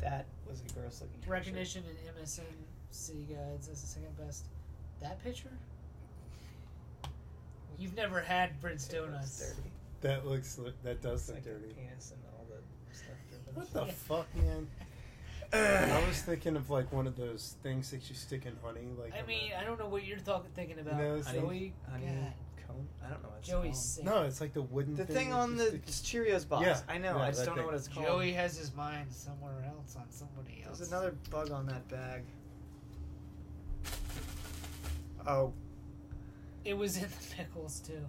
Speaker 1: That was a gross looking t-shirt.
Speaker 3: recognition in MSN City Guides as the second best. That picture? You've never had Brits
Speaker 5: It looks
Speaker 3: Donuts.
Speaker 5: dirty.
Speaker 2: That looks li- that does
Speaker 5: It's
Speaker 2: look
Speaker 5: like a
Speaker 2: dirty.
Speaker 5: penis and all the stuff. dripping.
Speaker 2: What the
Speaker 3: Yeah.
Speaker 2: fuck, man? I was thinking of like one of those things that you stick in honey, like
Speaker 3: I
Speaker 2: on
Speaker 3: mean,
Speaker 2: the-
Speaker 3: I don't know what you're talking thinking about.
Speaker 2: No, it's-
Speaker 3: Joey,
Speaker 5: Honey
Speaker 3: God,
Speaker 5: cone? I don't know. What it's
Speaker 3: Joey's
Speaker 5: called.
Speaker 3: sick.
Speaker 2: no, it's like the wooden
Speaker 1: The
Speaker 2: thing.
Speaker 1: thing
Speaker 2: that
Speaker 1: on
Speaker 2: you
Speaker 1: the
Speaker 2: stick in-
Speaker 1: Cheerios box.
Speaker 2: Yeah,
Speaker 1: I know.
Speaker 2: yeah,
Speaker 1: I just
Speaker 2: that
Speaker 1: don't know
Speaker 2: thing.
Speaker 1: what it's called.
Speaker 3: Joey has his mind somewhere else on somebody else.
Speaker 1: There's another bug on that bag. Oh,
Speaker 3: It was in the pickles too.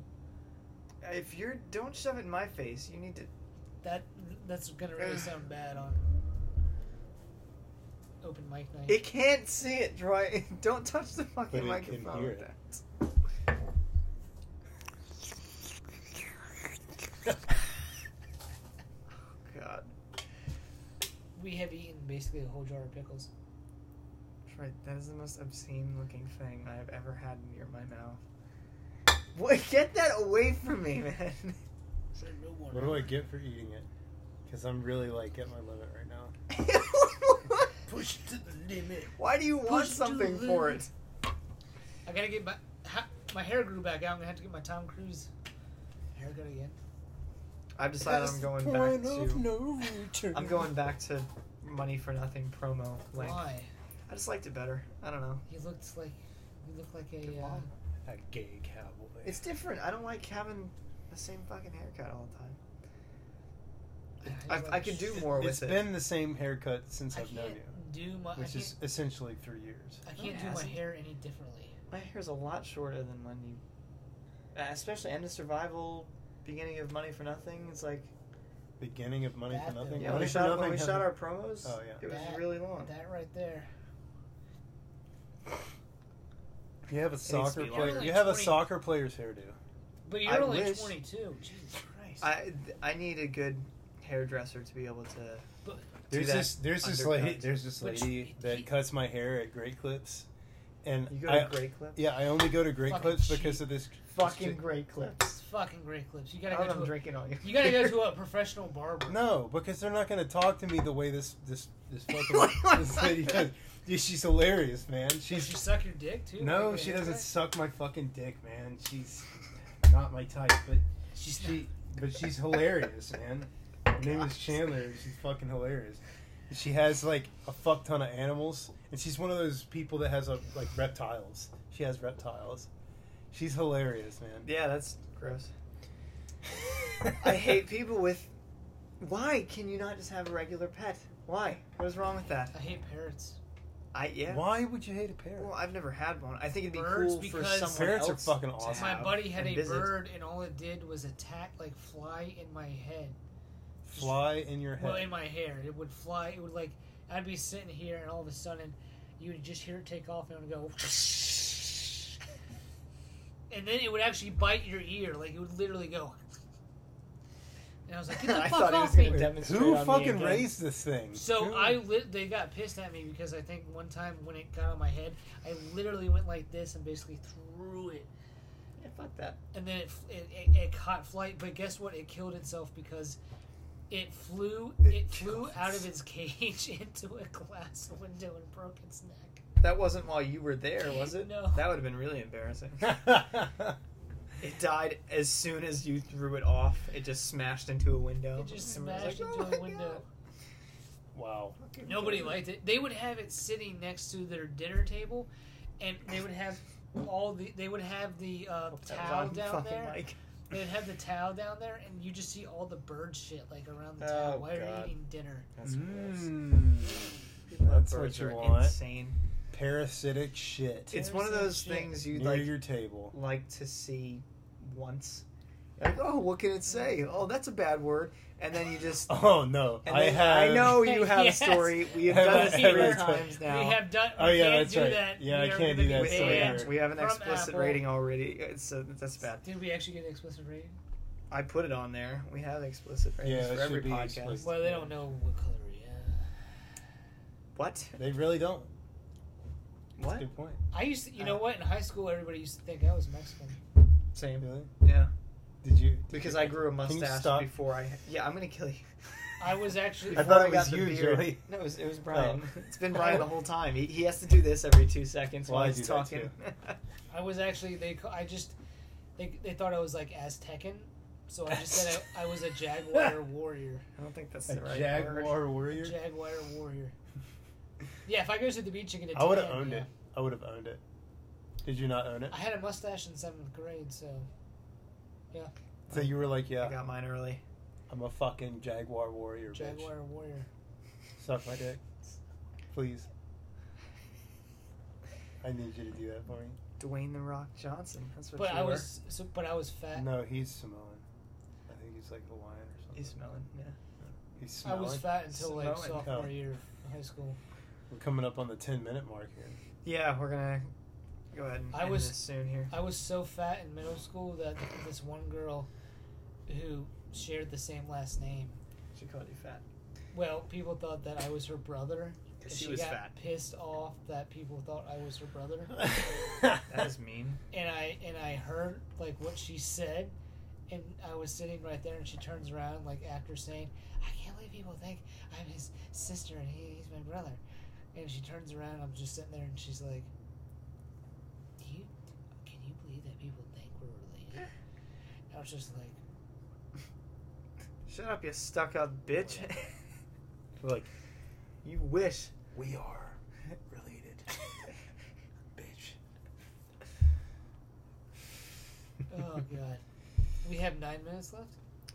Speaker 1: if you're don't shove it in my face. You need to.
Speaker 3: That that's gonna really sound bad on open mic night.
Speaker 1: It can't see it, Troy. Don't touch the
Speaker 2: But it
Speaker 1: fucking
Speaker 2: can
Speaker 1: microphone.
Speaker 2: hear
Speaker 1: with
Speaker 2: it.
Speaker 1: that. Oh, God,
Speaker 3: we have eaten basically a whole jar of pickles.
Speaker 1: Troy, that is the most obscene looking thing I have ever had near my mouth. What? Get that away from me, man.
Speaker 3: So no one.
Speaker 2: What do I get for eating it? Because I'm really like at my limit right now.
Speaker 5: Push to the limit.
Speaker 1: Why do you want
Speaker 3: Push to
Speaker 1: something for
Speaker 3: limit.
Speaker 1: it?
Speaker 3: I gotta get my ha- my hair grew back out. I'm gonna have to get my Tom Cruise haircut again.
Speaker 1: I've decided I'm going back to.
Speaker 5: no return.
Speaker 1: I'm going back to money for nothing promo. Like
Speaker 3: Why?
Speaker 1: I just liked it better. I don't know.
Speaker 3: He looked like he looked like
Speaker 1: Good
Speaker 3: a uh,
Speaker 1: mom.
Speaker 2: A gay cowboy.
Speaker 1: It's different. I don't like having the same fucking haircut all the time. I, I could do more with
Speaker 2: it's
Speaker 1: it.
Speaker 2: been the same haircut since
Speaker 3: I
Speaker 2: I've known
Speaker 3: can't
Speaker 2: you,
Speaker 3: do my. I
Speaker 2: which
Speaker 3: can't,
Speaker 2: is essentially three years.
Speaker 3: I
Speaker 1: No,
Speaker 3: can't
Speaker 1: it
Speaker 3: do my
Speaker 1: hasn't.
Speaker 3: hair any differently.
Speaker 1: My hair's a lot shorter than when you, uh, especially end of survival, beginning of money for nothing. It's like
Speaker 2: Beginning of Money
Speaker 3: That
Speaker 2: for
Speaker 3: though.
Speaker 2: Nothing.
Speaker 1: yeah, when
Speaker 2: Money
Speaker 1: we
Speaker 2: for
Speaker 1: shot when
Speaker 2: Nothing
Speaker 1: we
Speaker 2: had-
Speaker 1: shot our promos,
Speaker 2: Oh, yeah.
Speaker 1: it was
Speaker 3: That-
Speaker 1: really long.
Speaker 3: That right there.
Speaker 2: You have a
Speaker 1: to be
Speaker 2: soccer
Speaker 1: longer.
Speaker 2: player.
Speaker 3: You're
Speaker 2: You have a
Speaker 3: like 20.
Speaker 2: soccer player's hairdo.
Speaker 3: But you're
Speaker 1: I
Speaker 3: only
Speaker 1: wish-
Speaker 3: 22. Jesus Christ.
Speaker 1: I I need a good hairdresser to be able to.
Speaker 3: but
Speaker 2: There's
Speaker 1: that
Speaker 2: this there's this
Speaker 1: undercut.
Speaker 2: lady there's this
Speaker 3: Which-
Speaker 2: lady
Speaker 3: he-
Speaker 2: that cuts my hair at Great Clips, and
Speaker 1: You go
Speaker 2: I,
Speaker 1: to Great Clips.
Speaker 2: yeah I only go to Great
Speaker 3: Fucking
Speaker 2: Clips
Speaker 3: cheap.
Speaker 2: because of this
Speaker 1: Fucking
Speaker 2: this
Speaker 1: Great Clips.
Speaker 3: it's fucking great clips. You
Speaker 1: Now
Speaker 3: gotta
Speaker 1: that
Speaker 3: go
Speaker 1: I'm
Speaker 3: to a,
Speaker 1: drinking all your
Speaker 3: you gotta go to a professional barber.
Speaker 2: chick- No, because they're not going to talk to me the way this this this fucking this lady does. Dude, she's hilarious, man.
Speaker 3: Does
Speaker 2: She's
Speaker 3: she suck your dick too?
Speaker 2: no,
Speaker 3: Like a
Speaker 2: she doesn't
Speaker 3: haircut?
Speaker 2: suck my fucking dick, man. She's not my type, but
Speaker 3: She's
Speaker 2: she but she's hilarious, man. Her name is Chandler. and She's fucking hilarious. She has like a fuck ton of animals, and she's one of those people that has a, like reptiles. She has reptiles. She's hilarious, man.
Speaker 1: Yeah, that's gross. I hate people with. Why can you not just have a regular pet? Why? What is wrong with that?
Speaker 3: I hate parrots.
Speaker 1: I yeah.
Speaker 2: Why would you hate a parrot?
Speaker 1: Well, I've never had one. I think it'd be
Speaker 3: Birds,
Speaker 1: cool for
Speaker 3: because-
Speaker 1: someone
Speaker 2: Parrots are
Speaker 1: else
Speaker 2: fucking
Speaker 1: to
Speaker 2: awesome.
Speaker 3: My
Speaker 1: have
Speaker 3: buddy had
Speaker 1: and
Speaker 3: a
Speaker 1: visit.
Speaker 3: bird, and all it did was attack, like fly in my head.
Speaker 2: Fly in your head.
Speaker 3: Well, in my hair, it would fly. It would like I'd be sitting here, and all of a sudden, you would just hear it take off, and it would go, and then it would actually bite your ear. Like it would literally go. And I was like, "Get
Speaker 1: I
Speaker 3: the
Speaker 1: thought
Speaker 3: fuck
Speaker 1: he was
Speaker 3: off me!"
Speaker 1: gonna demonstrate
Speaker 2: Who
Speaker 1: on me
Speaker 2: fucking
Speaker 1: again.
Speaker 2: raised this thing?
Speaker 3: So
Speaker 2: Who-
Speaker 3: I lit. They got pissed at me because I think one time when it got on my head, I literally went like this and basically threw it
Speaker 1: Yeah, fuck that.
Speaker 3: and then it, f- it, it, it caught flight. But guess what? It killed itself because it flew
Speaker 2: It
Speaker 3: it, flew
Speaker 2: killed
Speaker 3: out of its cage into a glass window and broke its neck.
Speaker 1: That wasn't while you were there, was it?
Speaker 3: No.
Speaker 1: That would have been really embarrassing. It died as soon as you threw it off. It just smashed into a window.
Speaker 3: It just
Speaker 1: Everyone was
Speaker 3: smashed
Speaker 1: like, "Oh
Speaker 3: into a
Speaker 1: my
Speaker 3: window.
Speaker 2: wow.
Speaker 1: God." Fucking
Speaker 3: Nobody
Speaker 1: bird.
Speaker 3: liked it. They would have it sitting next to their dinner table, and they would have all the they would have the uh,
Speaker 1: That was
Speaker 3: towel
Speaker 1: on
Speaker 3: down
Speaker 1: fucking
Speaker 3: there.
Speaker 1: mic.
Speaker 3: They'd have the towel down there, and you just see all the bird shit like around the
Speaker 1: Oh,
Speaker 3: towel while you're
Speaker 1: God.
Speaker 3: eating dinner.
Speaker 1: That's gross.
Speaker 2: Mm. That's
Speaker 1: Birds
Speaker 2: what you
Speaker 1: are
Speaker 2: want.
Speaker 1: insane.
Speaker 2: Parasitic shit
Speaker 1: It's one of
Speaker 3: Parasite
Speaker 1: those
Speaker 3: shit.
Speaker 1: things you
Speaker 2: near
Speaker 1: like
Speaker 2: your table.
Speaker 1: like to see once. Like, oh, what can it say? Oh, that's a bad word. And then you just.
Speaker 2: Oh no,
Speaker 1: And
Speaker 2: I
Speaker 1: then-
Speaker 2: have.
Speaker 1: I know you have
Speaker 3: Yes.
Speaker 1: a story. We have
Speaker 2: Have
Speaker 1: done
Speaker 2: I
Speaker 1: it
Speaker 2: ever-
Speaker 1: three times now.
Speaker 3: We have done.
Speaker 2: Oh,
Speaker 3: we
Speaker 2: yeah,
Speaker 3: can't
Speaker 2: that's
Speaker 3: do
Speaker 2: right.
Speaker 3: that.
Speaker 2: Yeah, I
Speaker 3: We are
Speaker 2: can't
Speaker 3: gonna
Speaker 2: do that,
Speaker 3: be
Speaker 1: We-
Speaker 2: so
Speaker 1: we,
Speaker 3: banned.
Speaker 1: have, we have an
Speaker 3: from
Speaker 1: explicit
Speaker 3: Apple.
Speaker 1: rating already. It's so that's bad.
Speaker 3: Did we actually get an explicit rating?
Speaker 1: I put it on there. We have explicit
Speaker 2: Yeah,
Speaker 1: ratings
Speaker 2: it
Speaker 1: for every
Speaker 2: should be
Speaker 1: podcast.
Speaker 2: explicit.
Speaker 3: Well, they don't know what color we are.
Speaker 1: What?
Speaker 2: They really don't. That's a
Speaker 1: What?
Speaker 2: good point.
Speaker 3: I used to, you know
Speaker 1: Uh,
Speaker 3: what? In high school, everybody used to think I was Mexican.
Speaker 1: Same.
Speaker 2: Really?
Speaker 1: Yeah.
Speaker 2: Did you? did
Speaker 1: Because
Speaker 2: you-
Speaker 1: I grew a
Speaker 2: Can you
Speaker 1: mustache
Speaker 2: stop?
Speaker 1: before I. Yeah, I'm gonna kill you.
Speaker 3: I was actually.
Speaker 1: I
Speaker 3: for-
Speaker 1: thought it
Speaker 3: I,
Speaker 1: was
Speaker 5: got the
Speaker 1: you,
Speaker 5: beer.
Speaker 1: Joey. No, it was, it was Brian.
Speaker 5: Oh.
Speaker 1: It's been Brian the whole time. He, he has to do this every two seconds
Speaker 2: Well,
Speaker 1: while
Speaker 2: I
Speaker 1: he's
Speaker 2: do that
Speaker 1: talking.
Speaker 3: was actually. They. ca- I just. They, they thought I was like Aztecan, so I just said I, I was a Jaguar warrior.
Speaker 1: I don't think that's
Speaker 2: A
Speaker 1: the right word.
Speaker 2: jaguar warrior.
Speaker 3: Jaguar warrior. Yeah, if I goes to the beach and get a
Speaker 5: I would have
Speaker 3: tan,
Speaker 5: owned
Speaker 3: yeah.
Speaker 5: it. I would have owned it. Did you not own it?
Speaker 3: I had a mustache in seventh grade, so
Speaker 5: So you were like,
Speaker 1: I
Speaker 5: yeah,
Speaker 1: got mine early.
Speaker 5: I'm a fucking jaguar warrior, bitch.
Speaker 3: Jaguar warrior.
Speaker 5: Suck my dick, please. I need you to do that for me.
Speaker 1: Dwayne the Rock Johnson. That's what
Speaker 3: But
Speaker 1: you
Speaker 3: I
Speaker 1: were.
Speaker 3: was. So, but I was fat.
Speaker 5: No, he's
Speaker 2: Samoan. I think he's like Hawaiian or something.
Speaker 1: He's smelling. Yeah.
Speaker 5: he's
Speaker 3: I
Speaker 5: smelling.
Speaker 3: was fat until like
Speaker 1: Samoan.
Speaker 3: sophomore
Speaker 5: Oh.
Speaker 3: year of high school.
Speaker 5: We're coming up on the 10 minute mark here.
Speaker 1: Yeah, we're gonna go ahead and
Speaker 3: I
Speaker 1: end
Speaker 3: was-
Speaker 1: this soon here.
Speaker 3: I was so fat in middle school that this one girl who shared the same last name.
Speaker 1: She called you fat.
Speaker 3: Well, people thought that I was her brother. and
Speaker 1: she, was
Speaker 3: got
Speaker 1: fat.
Speaker 3: pissed off that people thought I was her brother.
Speaker 1: That is mean.
Speaker 3: and I and I heard like what she said, and I was sitting right there, and she turns around like after saying, "I can't believe people think I'm his sister and he, he's my brother," and she turns around, I'm just sitting there, and she's like, "Do you can you believe that people think we're related?" And I was just like,
Speaker 1: Shut up, you stuck-up bitch.
Speaker 5: Look,
Speaker 1: you wish.
Speaker 5: we are related, bitch.
Speaker 3: "Oh God." We have nine minutes left.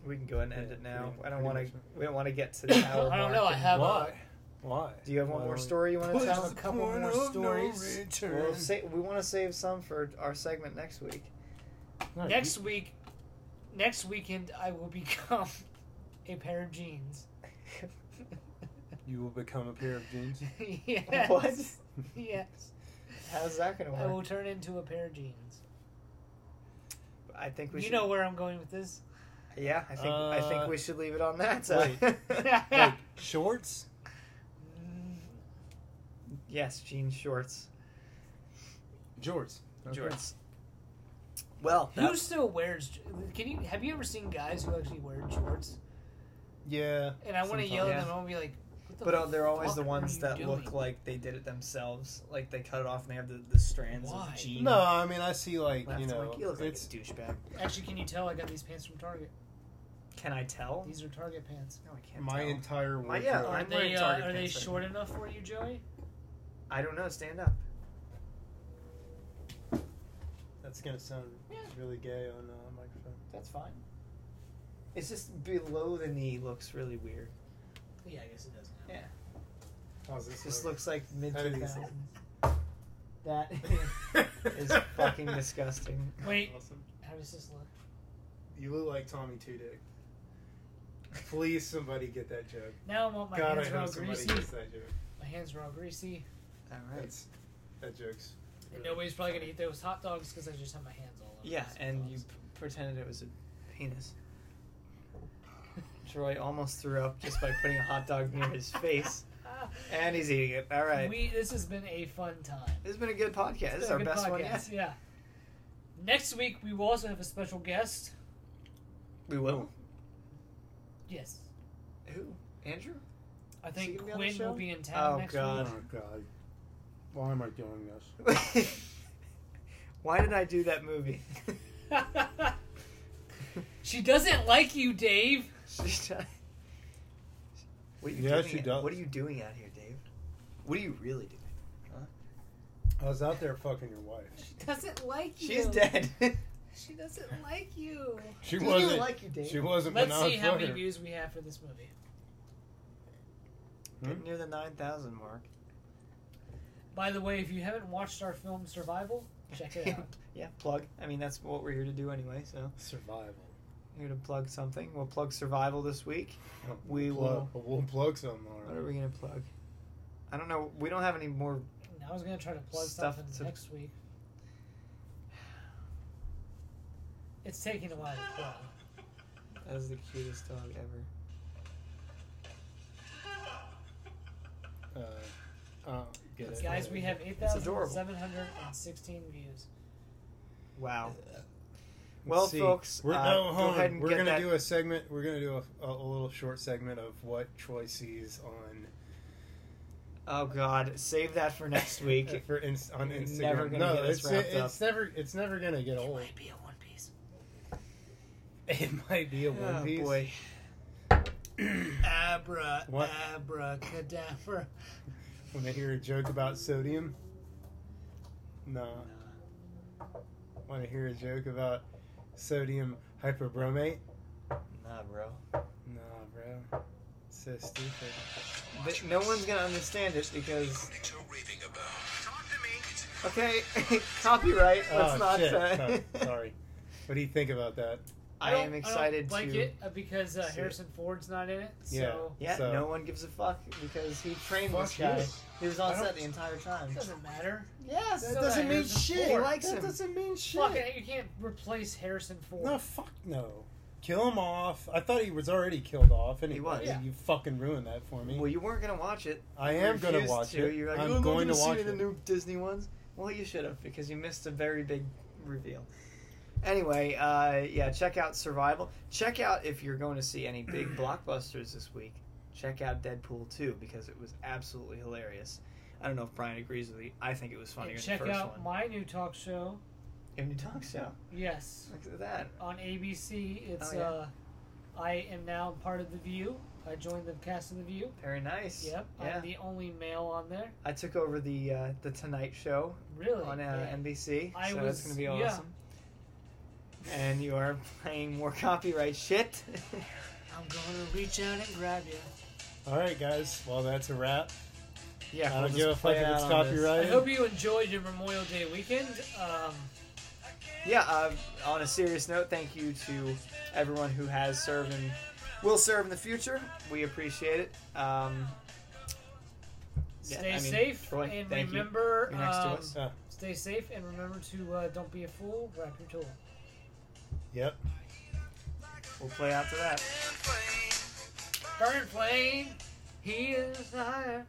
Speaker 1: We can go ahead and end
Speaker 5: Yeah,
Speaker 1: it now.
Speaker 5: pretty-
Speaker 1: I don't
Speaker 5: pretty
Speaker 1: want to.
Speaker 5: much so.
Speaker 1: We don't want to get to the hour.
Speaker 3: I don't
Speaker 1: mark
Speaker 3: know. I
Speaker 1: and-
Speaker 3: have
Speaker 5: Why? Why?
Speaker 1: Do you have one
Speaker 5: Why
Speaker 1: more
Speaker 5: don't we-
Speaker 1: story you want to
Speaker 5: Push
Speaker 1: tell?
Speaker 3: a
Speaker 5: the
Speaker 3: couple
Speaker 5: point
Speaker 3: more
Speaker 5: of no
Speaker 3: stories.
Speaker 5: return.
Speaker 1: We'll say, we want to save some for our segment next week.
Speaker 5: No,
Speaker 3: a
Speaker 5: you-
Speaker 3: next week. Next weekend, I will become a pair of jeans.
Speaker 5: you will become a pair of jeans.
Speaker 3: yes.
Speaker 1: What?
Speaker 3: Yes.
Speaker 1: How's that going to
Speaker 3: I
Speaker 1: work?
Speaker 3: will turn into a pair of jeans.
Speaker 1: I think we
Speaker 3: You
Speaker 1: should.
Speaker 3: know where I'm going with this.
Speaker 1: yeah, I think I
Speaker 5: Uh,
Speaker 1: think we should leave it on that. so-
Speaker 5: like shorts.
Speaker 1: Mm. yes, jean shorts,
Speaker 5: Jorts.
Speaker 1: jorts. Well,
Speaker 3: Who still wears? j- Can you have you ever seen guys who actually wear shorts?
Speaker 5: Yeah.
Speaker 3: And I want to yell at
Speaker 1: Sometimes.
Speaker 3: them. I want to be like, what the
Speaker 1: but uh, they're always
Speaker 3: fuck
Speaker 1: the
Speaker 3: are
Speaker 1: ones
Speaker 3: you
Speaker 1: that
Speaker 3: doing?
Speaker 1: look like they did it themselves. Like they cut it off and they have the, the strands
Speaker 3: Why?
Speaker 1: of jean.
Speaker 5: No, I mean I see like
Speaker 1: left.
Speaker 5: you
Speaker 1: I'm
Speaker 5: know
Speaker 1: like, you look like a
Speaker 5: it's
Speaker 1: douchebag.
Speaker 3: Actually, can you tell I got these pants from Target?
Speaker 1: Can I tell?
Speaker 3: These are Target pants.
Speaker 1: No, I can't
Speaker 2: My
Speaker 1: tell.
Speaker 2: entire
Speaker 1: My-
Speaker 2: wardrobe.
Speaker 1: yeah,
Speaker 3: Are
Speaker 1: Oh, I'm wearing
Speaker 3: they uh,
Speaker 1: Target
Speaker 3: are they
Speaker 1: pants right
Speaker 3: short enough for you, Joey?
Speaker 1: I don't know. Stand up.
Speaker 5: that's gonna sound really gay on uh, microphone.
Speaker 1: That's fine. It's just below the knee looks really weird.
Speaker 3: Yeah, I guess it does.
Speaker 2: How's
Speaker 1: It
Speaker 2: this
Speaker 1: just Oh,
Speaker 2: look?
Speaker 1: looks like mid
Speaker 5: How do
Speaker 1: two
Speaker 5: these-
Speaker 1: thousands. That is fucking disgusting.
Speaker 3: Wait,
Speaker 2: Awesome.
Speaker 3: how does this look?
Speaker 2: You look like Tommy Two Dick. Please, somebody get that joke.
Speaker 3: Now I want my
Speaker 2: God, I
Speaker 3: hands are all
Speaker 2: hope somebody
Speaker 3: greasy.
Speaker 2: gets that joke.
Speaker 3: My hands are all greasy.
Speaker 1: All
Speaker 2: That's that joke's.
Speaker 3: And nobody's probably gonna eat those hot dogs because I just have my hands all over.
Speaker 1: Yeah,
Speaker 3: those hot
Speaker 1: and
Speaker 3: dogs.
Speaker 1: you p- pretended it was a penis. Troy almost threw up just by putting a hot dog near his face,
Speaker 3: Ah.
Speaker 1: and he's eating it. All right,
Speaker 3: We this has been a fun time.
Speaker 1: this has been a good podcast. This
Speaker 3: It's
Speaker 1: is
Speaker 3: been
Speaker 1: our
Speaker 3: a good
Speaker 1: best one yet.
Speaker 3: podcast, Yeah. Next week we will also have a special guest.
Speaker 1: We will.
Speaker 3: Yes.
Speaker 1: Who? Andrew?
Speaker 3: I
Speaker 1: Is
Speaker 3: think
Speaker 1: he gonna be on the
Speaker 3: Quinn will
Speaker 1: show?
Speaker 3: be in town
Speaker 1: Oh,
Speaker 3: next
Speaker 1: God.
Speaker 3: week.
Speaker 2: Oh God.
Speaker 5: Why am I doing this?
Speaker 1: Why did I do that movie?
Speaker 3: she doesn't like you, Dave.
Speaker 1: She's trying- what are you
Speaker 5: Yeah,
Speaker 1: doing
Speaker 5: she
Speaker 1: out-
Speaker 5: does.
Speaker 1: What are you doing out here, Dave? What are you really doing?
Speaker 5: I was out there fucking your wife.
Speaker 3: She doesn't like you.
Speaker 1: She's dead.
Speaker 5: Hmm?
Speaker 3: She doesn't like you.
Speaker 5: She
Speaker 1: Doesn't
Speaker 5: wasn't.
Speaker 1: even like you, Dave.
Speaker 5: she wasn't.
Speaker 3: Let's
Speaker 5: when I was
Speaker 3: see how many
Speaker 5: fucking her.
Speaker 3: views we have for this movie.
Speaker 1: Getting near the nine thousand mark.
Speaker 3: By the way, if you haven't watched our film Survival, check it out.
Speaker 1: yeah, plug. I mean, that's what we're here to do anyway. So
Speaker 5: Survival.
Speaker 1: here to plug something. We'll plug survival this week. We
Speaker 5: plug, We'll plug something. all
Speaker 1: What are
Speaker 5: right.
Speaker 1: we gonna plug? I don't know. We don't have any more.
Speaker 3: And I was gonna try to plug
Speaker 1: Stuff
Speaker 3: something
Speaker 1: to-
Speaker 3: next week. It's taking a while to plug.
Speaker 1: That is the cutest dog ever.
Speaker 5: Uh, uh, get it.
Speaker 3: Guys, we have
Speaker 1: adorable. Uh,
Speaker 3: 8,716 views.
Speaker 1: Wow. Well,
Speaker 2: see.
Speaker 1: folks,
Speaker 2: we're,
Speaker 1: uh,
Speaker 2: no,
Speaker 1: go
Speaker 2: hold on.
Speaker 1: ahead and
Speaker 2: we're
Speaker 1: get
Speaker 2: gonna
Speaker 1: that-
Speaker 2: do a segment. We're gonna do a, a, a little short segment of what Troy sees on
Speaker 1: Oh God, save that for next week.
Speaker 2: for inst- on
Speaker 1: You're
Speaker 2: Instagram.
Speaker 1: never gonna
Speaker 2: no,
Speaker 1: get us
Speaker 2: it's
Speaker 1: wrapped
Speaker 2: it- it's never it's never gonna get
Speaker 3: It
Speaker 2: old.
Speaker 3: might be a one piece.
Speaker 2: It might be a one
Speaker 1: oh
Speaker 2: piece.
Speaker 1: boy.
Speaker 3: Abra,
Speaker 2: What?
Speaker 3: abracadabra.
Speaker 2: When I hear a joke about sodium, no. When I hear a joke about sodium hyperbromate,
Speaker 1: Nah, bro.
Speaker 2: nah, bro. So stupid.
Speaker 1: Th- no one's gonna understand it because. Okay, copyright. Let's
Speaker 2: oh
Speaker 1: not.
Speaker 2: shit!
Speaker 1: Uh,
Speaker 2: No, sorry. What do you think about that?
Speaker 1: I am excited
Speaker 3: I don't like
Speaker 1: to.
Speaker 3: it uh, because uh,
Speaker 1: see it.
Speaker 3: Harrison Ford's not in it. So
Speaker 1: Yeah,
Speaker 2: Yeah. So-
Speaker 1: no one gives a fuck because he trained this
Speaker 2: Fuck
Speaker 1: guy.
Speaker 2: you.
Speaker 1: He was on
Speaker 2: I don't-
Speaker 1: set the entire time.
Speaker 3: it doesn't matter.
Speaker 1: Yes,
Speaker 3: That doesn't mean shit.
Speaker 1: He likes
Speaker 2: that
Speaker 1: him.
Speaker 2: doesn't mean shit.
Speaker 3: Fucking, you can't replace Harrison Ford.
Speaker 2: No, fuck no. Kill him off. I thought he was already killed off. Anyway.
Speaker 1: was.
Speaker 3: Yeah.
Speaker 2: You fucking ruined that for me.
Speaker 1: Well, you weren't gonna watch it.
Speaker 2: I am
Speaker 1: You
Speaker 2: going to
Speaker 1: refused
Speaker 2: watch
Speaker 1: to.
Speaker 2: it.
Speaker 1: You're like,
Speaker 2: I'm
Speaker 1: "Oh, I'm
Speaker 2: going to
Speaker 1: gonna see
Speaker 2: watch
Speaker 1: it in
Speaker 2: it.
Speaker 1: the new Disney ones. Well, you should have because you missed a very big reveal. Anyway, uh, yeah, check out Survival. Check out if you're going to see any big blockbusters this week. Check out Deadpool 2 because it was absolutely hilarious. I don't know if Brian agrees with me. I think it was funnier
Speaker 3: and
Speaker 1: than the
Speaker 3: check
Speaker 1: first
Speaker 3: out
Speaker 1: one.
Speaker 3: my new talk show.
Speaker 1: If you talk so,
Speaker 3: Yes,
Speaker 1: look at that.
Speaker 3: on ABC. It's
Speaker 1: Oh, yeah.
Speaker 3: uh, I am now part of the View. I joined the cast of the View.
Speaker 1: Very nice.
Speaker 3: Yep,
Speaker 1: Yeah.
Speaker 3: I'm the only male on there.
Speaker 1: I took over the uh, the Tonight Show
Speaker 3: Really?
Speaker 1: on uh,
Speaker 3: Yeah.
Speaker 1: NBC,
Speaker 3: I
Speaker 1: so
Speaker 3: was-
Speaker 1: that's gonna be
Speaker 3: yeah.
Speaker 1: awesome. And you are playing more copyright shit.
Speaker 3: I'm going to reach out and grab you.
Speaker 2: All right, guys. Well, that's a wrap.
Speaker 1: yeah,
Speaker 2: I
Speaker 1: we'll
Speaker 2: don't
Speaker 1: just
Speaker 2: give a fuck
Speaker 1: play
Speaker 2: if
Speaker 1: out
Speaker 2: it's
Speaker 1: on this.
Speaker 3: I
Speaker 2: copyrighted.
Speaker 3: hope you enjoyed your Memorial Day weekend. Um,
Speaker 1: Yeah. Uh, on a serious note, thank you to everyone who has served and will serve in the future. We appreciate it. Um, yeah,
Speaker 3: stay
Speaker 1: I mean,
Speaker 3: safe
Speaker 1: Troy,
Speaker 3: and
Speaker 1: thank you.
Speaker 3: remember.
Speaker 1: You're next to
Speaker 3: um,
Speaker 1: us.
Speaker 2: Uh,
Speaker 3: Stay safe and remember to uh, don't be a fool. Wrap your tool.
Speaker 2: yep.
Speaker 1: We'll play out to that.
Speaker 3: Burn flame. He is the higher.